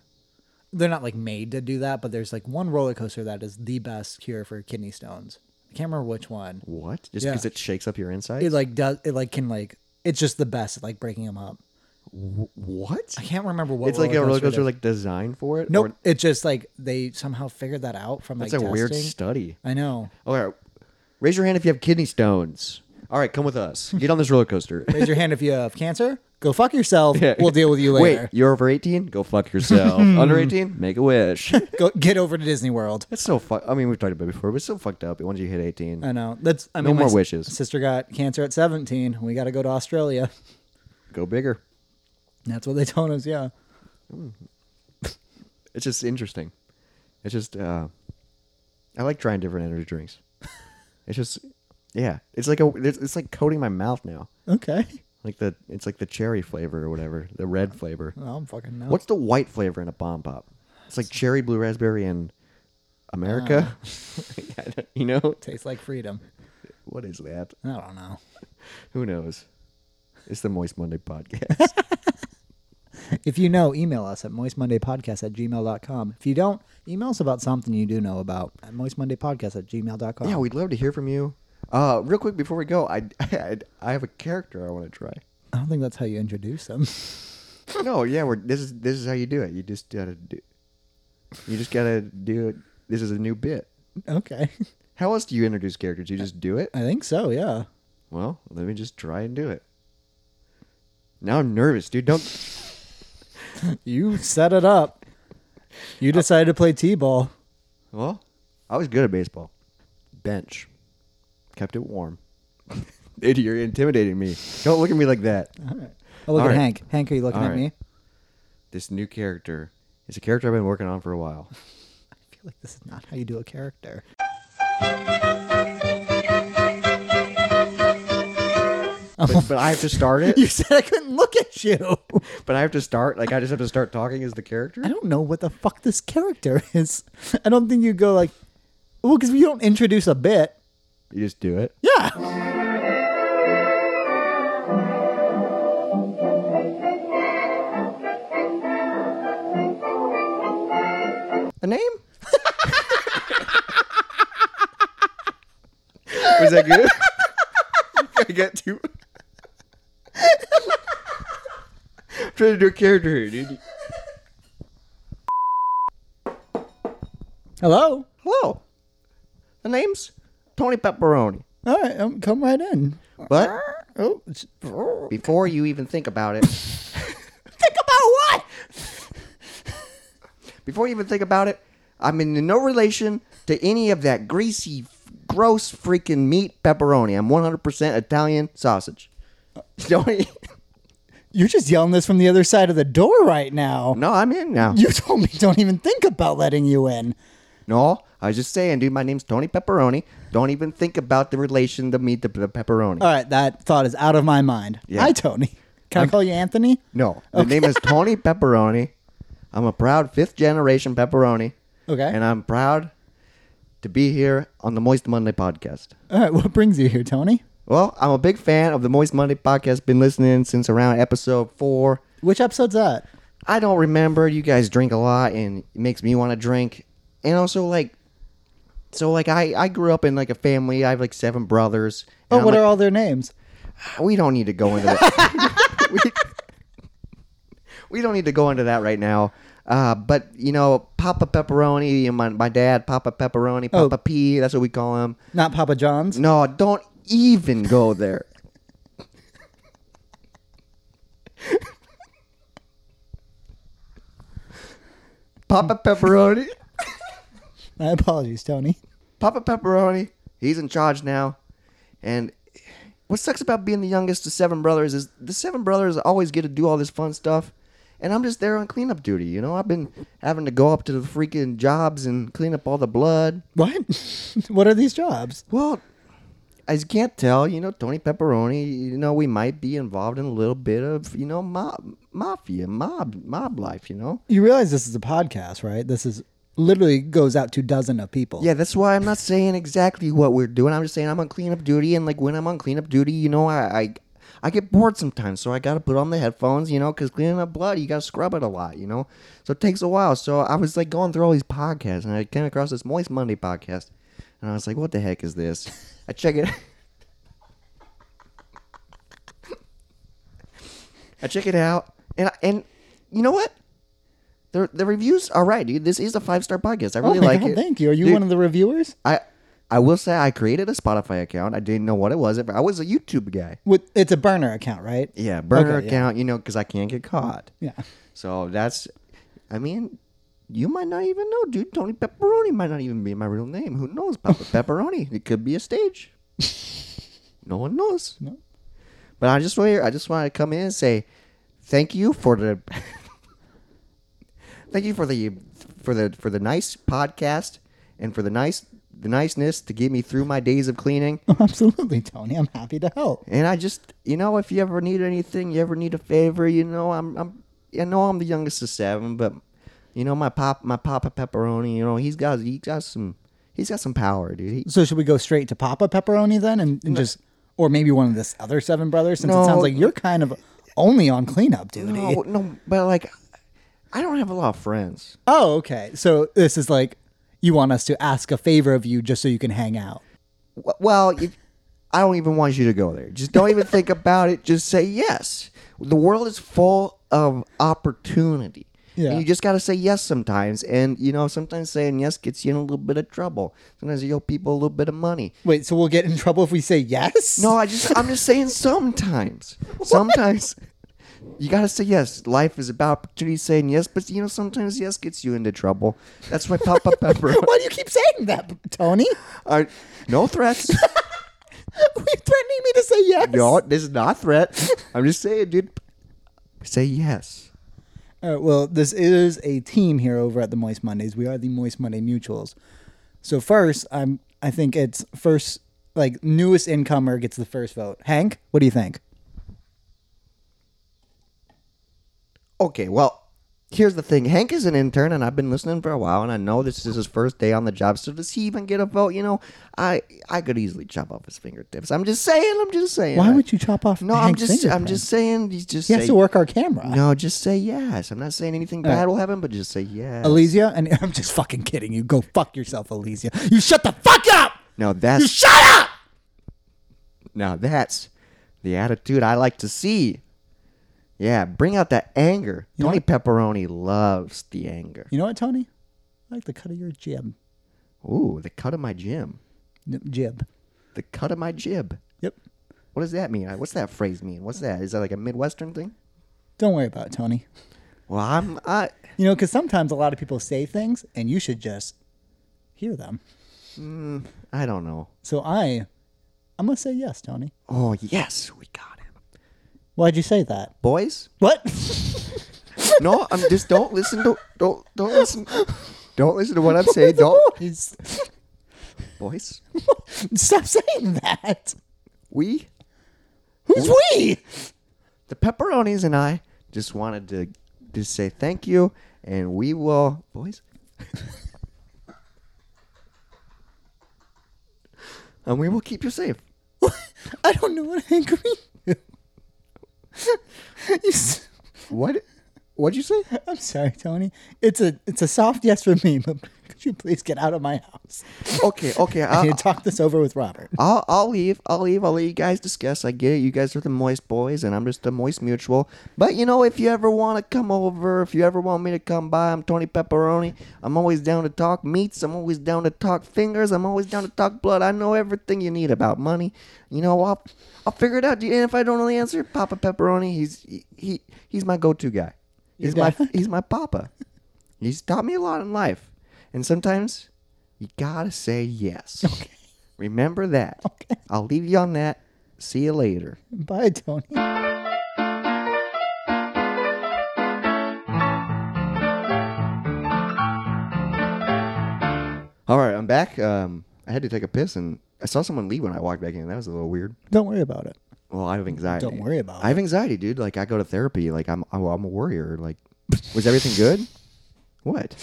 they're not like made to do that, but there's like one roller coaster that is the best cure for kidney stones. I can't remember which one.
What? Just
Yeah.
because it shakes up your insides?
It like does it like can like it's just the best at like breaking them up.
what?
I can't remember what
It's like a roller
it
coaster
is.
like designed for it.
nope.
Or,
It's just like they somehow figured that out from like
that's a weird
testing.
study.
I know.
All right, raise your hand if you have kidney stones. All right, come with us.
[LAUGHS]
Get on this roller coaster.
Raise your hand if you have cancer. Go fuck yourself.
[LAUGHS] Yeah.
We'll deal with you later.
Wait, you're over 18? Go fuck
[LAUGHS]
yourself. Under 18? Make a wish. [LAUGHS]
Go get over to Disney World.
That's so fuck. I mean, we've talked about it before, but it's so fucked up. Once you hit 18,
I know. That's I
No
mean, my
more
s-
wishes.
Sister got cancer at 17. We got to go to Australia. [LAUGHS]
go bigger.
That's what they told us. Yeah.
It's just interesting. It's just uh, I like trying different
[LAUGHS]
energy drinks. It's just yeah. It's like a it's, it's like coating my mouth now.
Okay.
Like the it's like the cherry flavor or whatever, the red flavor.
I don't fucking know.
What's the white flavor in a bomb pop? It's like cherry, blue raspberry, and America. [LAUGHS] I don't- you know
Tastes like freedom.
what is that?
I don't know.
Who knows? It's the Moist Monday podcast.
If you know, email us at moistmondaypodcast at gmail.com. If you don't, email us about something you do know about at moistmondaypodcast at gmail.com.
yeah, we'd love to hear from you. Uh, real quick before we go, I [LAUGHS] I, I have a character I want to try.
I don't think that's how you introduce them. [LAUGHS]
no, yeah, we're this is this is how you do it. You just gotta do. You just gotta do it. This is a new bit.
okay.
How else do you introduce characters? You just do it.
I think so, yeah.
Well, let me just try and do it. Now I'm nervous, dude. Don't.
you set it up. You decided to play t-ball.
Well, I was good at baseball. Bench. Kept it warm. [LAUGHS] Dude, you're intimidating me. Don't look at me like that.
Oh, look
All
at
right.
Hank. Hank, are you looking
All
at
right.
me?
This new character is a character I've been working on for a while.
I feel like this is not how you do a character. [LAUGHS]
But, but I have to start
[LAUGHS]
it.
You said I couldn't look at you.
But I have to start. Like, I just have to start talking as the character.
I don't know what the fuck this character [LAUGHS] is. I don't think you go like, well, because you don't introduce a bit.
You just do it.
Yeah.
A name? [LAUGHS] Was that good? [LAUGHS] I got two. I'm [LAUGHS] trying to do a character here, dude.
Hello.
Hello. The name's Tony Pepperoni.
All right, um, come right in.
But
Oh, it's- think
before you even think about it,
about what?
before you even think about it, I'm in no relation to any of that greasy, f- gross, freaking meat pepperoni. I'm 100% Italian sausage. [LAUGHS] Tony,
You're just yelling this from the other side of the door right now.
no, I'm in now.
You told me don't even think about letting you in.
No, I was just saying, dude. My name's Tony Pepperoni. Don't even think about the relation to me to the pepperoni.
All right, that thought is out of my mind.
Yeah.
Hi, Tony. Can I call you Anthony?
no, the name is Tony Pepperoni. I'm a proud fifth generation pepperoni.
Okay.
and I'm proud to be here on the Moist Monday podcast.
All right, what brings you here, Tony?
Well, I'm a big fan of the Moist Monday podcast. Been listening since around episode four.
Which episode's that?
I don't remember. You guys drink a lot, and it makes me want to drink. And also, like, so like I I grew up in like a family. I have like seven brothers.
Oh,
and I'm
what
like-
are all their names?
we don't need to go into that. [LAUGHS] we, we don't need to go into that right now. Uh, but you know, Papa Pepperoni and my, my dad, Papa Pepperoni, Papa P. That's what we call him.
Not Papa John's.
No, don't even go there. Papa Pepperoni.
My apologies, Tony.
Papa Pepperoni, he's in charge now. And what sucks about being the youngest of seven brothers is the seven brothers always get to do all this fun stuff. And I'm just there on cleanup duty, you know? I've been having to go up to the freaking jobs and clean up all the blood.
What? [LAUGHS] what are these jobs?
Well, as you can't tell, you know, Tony Pepperoni, you know, we might be involved in a little bit of, you know, mob, mafia, mob, mob life, you know?
You realize this is a podcast, right? This is literally goes out to dozen of people.
Yeah, that's why I'm not saying exactly what we're doing. I'm just saying I'm on cleanup duty, and like when I'm on cleanup duty, you know, I I, I get bored sometimes, so I gotta put on the headphones, you know, because cleaning up blood, you gotta scrub it a lot, you know. So it takes a while. So I was like going through all these podcasts, and I came across this Moist Monday podcast, and I was like, what the heck is this? I check it. [LAUGHS] I check it out, and I, and you know what? The, the reviews are right, dude. This is a five star podcast. I
Oh
really
my
like
God,
it.
Thank you. Are you
Dude,
one of the reviewers?
I I will say I created a Spotify account. I didn't know what it was. but I was a YouTube guy.
With it's a burner account, right?
Yeah, burner
Okay, yeah.
account, you know, because I can't get caught.
Yeah. [LAUGHS]
So that's, I mean, you might not even know, dude. Tony Pepperoni might not even be my real name. Who knows? Papa Pepperoni. It could be a stage. no one knows.
No.
But I just want I just want to come in and say thank you for the [LAUGHS] thank you for the for the for the nice podcast and for the nice the niceness to get me through my days of cleaning.
Absolutely, Tony. I'm happy to help.
And I just, you know, if you ever need anything, you ever need a favor, you know, I'm, I'm, I know I'm the youngest of seven, but, you know, my pop, my papa pepperoni, you know, he's got, he got some, he's got some power, dude. He,
So should we go straight to Papa Pepperoni then, and, and just, or maybe one of this other seven brothers? Since it
No.
sounds like you're kind of only on cleanup duty.
no, [LAUGHS] no, but like, I don't have a lot of friends.
Oh, okay. So this is like you want us to ask a favor of you just so you can hang out.
W- Well, you, I don't even want you to go there. Just don't even think about it. Just say yes. The world is full of opportunity.
Yeah.
And you just got to say yes sometimes. And, you know, sometimes saying yes gets you in a little bit of trouble. Sometimes you owe people a little bit of money.
Wait, so we'll get in trouble if we say yes?
No, I just I'm just saying sometimes. Sometimes You gotta say yes. Life is about opportunity saying yes, but you know sometimes yes gets you into trouble. That's why Papa
[LAUGHS]
Pepper.
Why do you keep saying that, Tony? [LAUGHS]
are, no threats.
Are you threatening me to say yes?
No, this is not a threat. I'm just saying, dude. Say yes.
All right, well, this is a team here over at the Moist Mondays. We are the Moist Monday Mutuals. So first, I'm I think it's first like newest incomer gets the first vote. Hank, what do you think?
Okay, well, here's the thing. Hank is an intern, and I've been listening for a while, and I know this is his first day on the job. So does he even get a vote? You know, I I could easily chop off his fingertips. I'm just saying. I'm just saying.
Why would you chop off?
No, I'm
Hank's
just I'm
fingerprint?
just saying. He's just.
He has
say-
to work our camera.
No, just say yes. I'm not saying anything bad will happen, but just say yes.
Elysia, and [LAUGHS] I'm just fucking kidding you. Go fuck yourself, Elysia. You shut the fuck up.
Now that's
Shut up.
now that's the attitude I like to see. Yeah, bring out that anger. Tony Pepperoni loves the anger.
You know what, Tony? I like the cut of your jib.
Ooh, the cut of my jib.
N- Jib.
The cut of my jib.
Yep.
What does that mean? What's that phrase mean? What's that? Is that like a Midwestern thing?
Don't worry about it, Tony.
Well, I'm I
You know, because sometimes a lot of people say things, and you should just hear them.
I don't know.
So I, I'm gonna say yes, Tony.
Oh yes, we got him.
Why'd you say that?
Boys,
What?
no, I'm just don't listen to don't don't listen [LAUGHS] don't listen to what I'm
[LAUGHS]
saying. Don't
It's-
boys.
Stop saying that.
We
Who's we? [LAUGHS]
the pepperonis and I just wanted to just say thank you, and we will, boys. [LAUGHS] and we will keep you safe.
I don't know what I agree. to. [LAUGHS] You s-
What? What'd you say?
I'm sorry, Tony. It's a it's a soft yes for me, but could you please get out of my house?
Okay, okay.
I
I'll,
need to talk this over with Robert.
I'll, I'll leave. I'll leave. I'll let you guys discuss. I get it. You guys are the moist boys, and I'm just a moist mutual. But you know, if you ever want to come over, if you ever want me to come by, I'm Tony Pepperoni. I'm always down to talk meats. I'm always down to talk fingers. I'm always down to talk blood. I know everything you need about money. You know, I'll I'll figure it out. And if I don't know the answer, Papa Pepperoni, he's he, he he's my go-to guy. He's my
dad?
he's my papa. He's taught me a lot in life, and sometimes you gotta
[LAUGHS]
say yes. Remember that.
Okay.
I'll leave you on that. See you later.
Bye, Tony.
All right, I'm back. Um, I had to take a piss, and I saw someone leave when I walked back in. That was a little weird.
Don't worry about it.
Well, I have anxiety.
Don't worry about
I have anxiety, dude. Like I go to therapy. Like I'm, I'm a warrior. Like, was everything good? What?
it.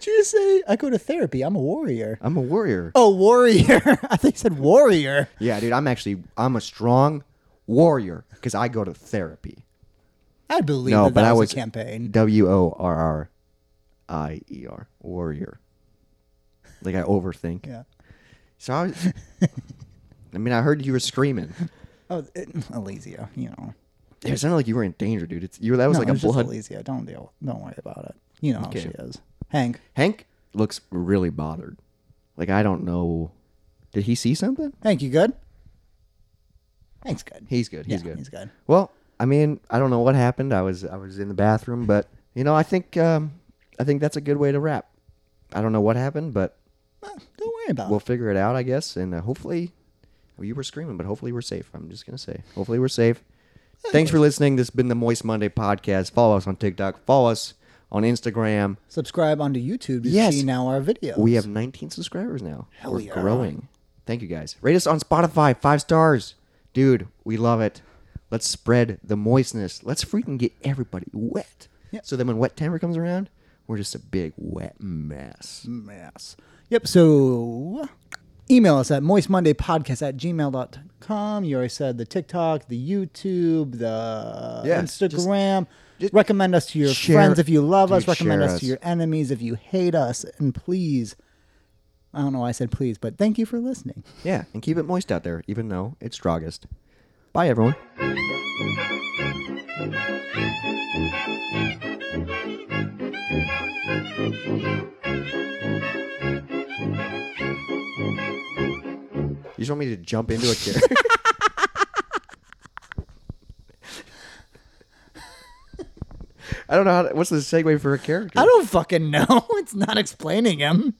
Did you say I go to therapy? I'm a warrior.
I'm
[LAUGHS]
a warrior.
Oh, warrior. I think you said warrior.
Yeah, dude. I'm actually, I'm a strong warrior because I go to therapy.
I believe
No,
that,
but
that
I
was,
was-
a campaign.
W o r r i e r warrior. Like I overthink.
Yeah.
So I
[LAUGHS]
was. I mean, I heard you were screaming.
Oh, it, Elysia, you know.
It sounded like you were in danger, dude. It's, you were, that was
No,
like a
it's just
blood.
Elysia. Don't deal. Don't worry about it. You know
Okay.
how she is. Hank,
Hank looks really bothered. Like I don't know. Did he see something?
Hank, you good? Hank's good.
He's good. He's
Yeah,
good.
He's good.
Well, I mean, I don't know what happened. I was I was in the bathroom, but you know, I think um, I think that's a good way to wrap. I don't know what happened, but
Well, don't worry about
we'll
it.
figure it out, I guess. And uh, hopefully, well, you were screaming, but hopefully we're safe. I'm just gonna say, hopefully we're safe. Thanks for listening. This has been the Moist Monday podcast. Follow us on TikTok. Follow us on Instagram.
Subscribe onto YouTube to
Yes.
see now our videos.
We have 19 subscribers now.
Hell
We're
yeah.
growing. Thank you guys. Rate us on Spotify, five stars. Dude, we love it. Let's spread the moistness. Let's freaking get everybody wet.
Yeah.
So then when wet timber comes around, we're just a big wet mess.
mess. Yep. So email us at moistmondaypodcast at gmail.com. You already said the TikTok, the YouTube, the
Yes, just-
Instagram.
just
recommend us to your
share-
friends if you love us.
dude,
Recommend
share
us,
us.
to your enemies if you hate us. And please, I don't know why I said please, but thank you for listening.
Yeah, and keep it moist out there, even though it's strongest. Bye, everyone. You just want me to jump into a chair? I don't know how to, what's the segue for a character.
[LAUGHS] I don't fucking know. It's not explaining him.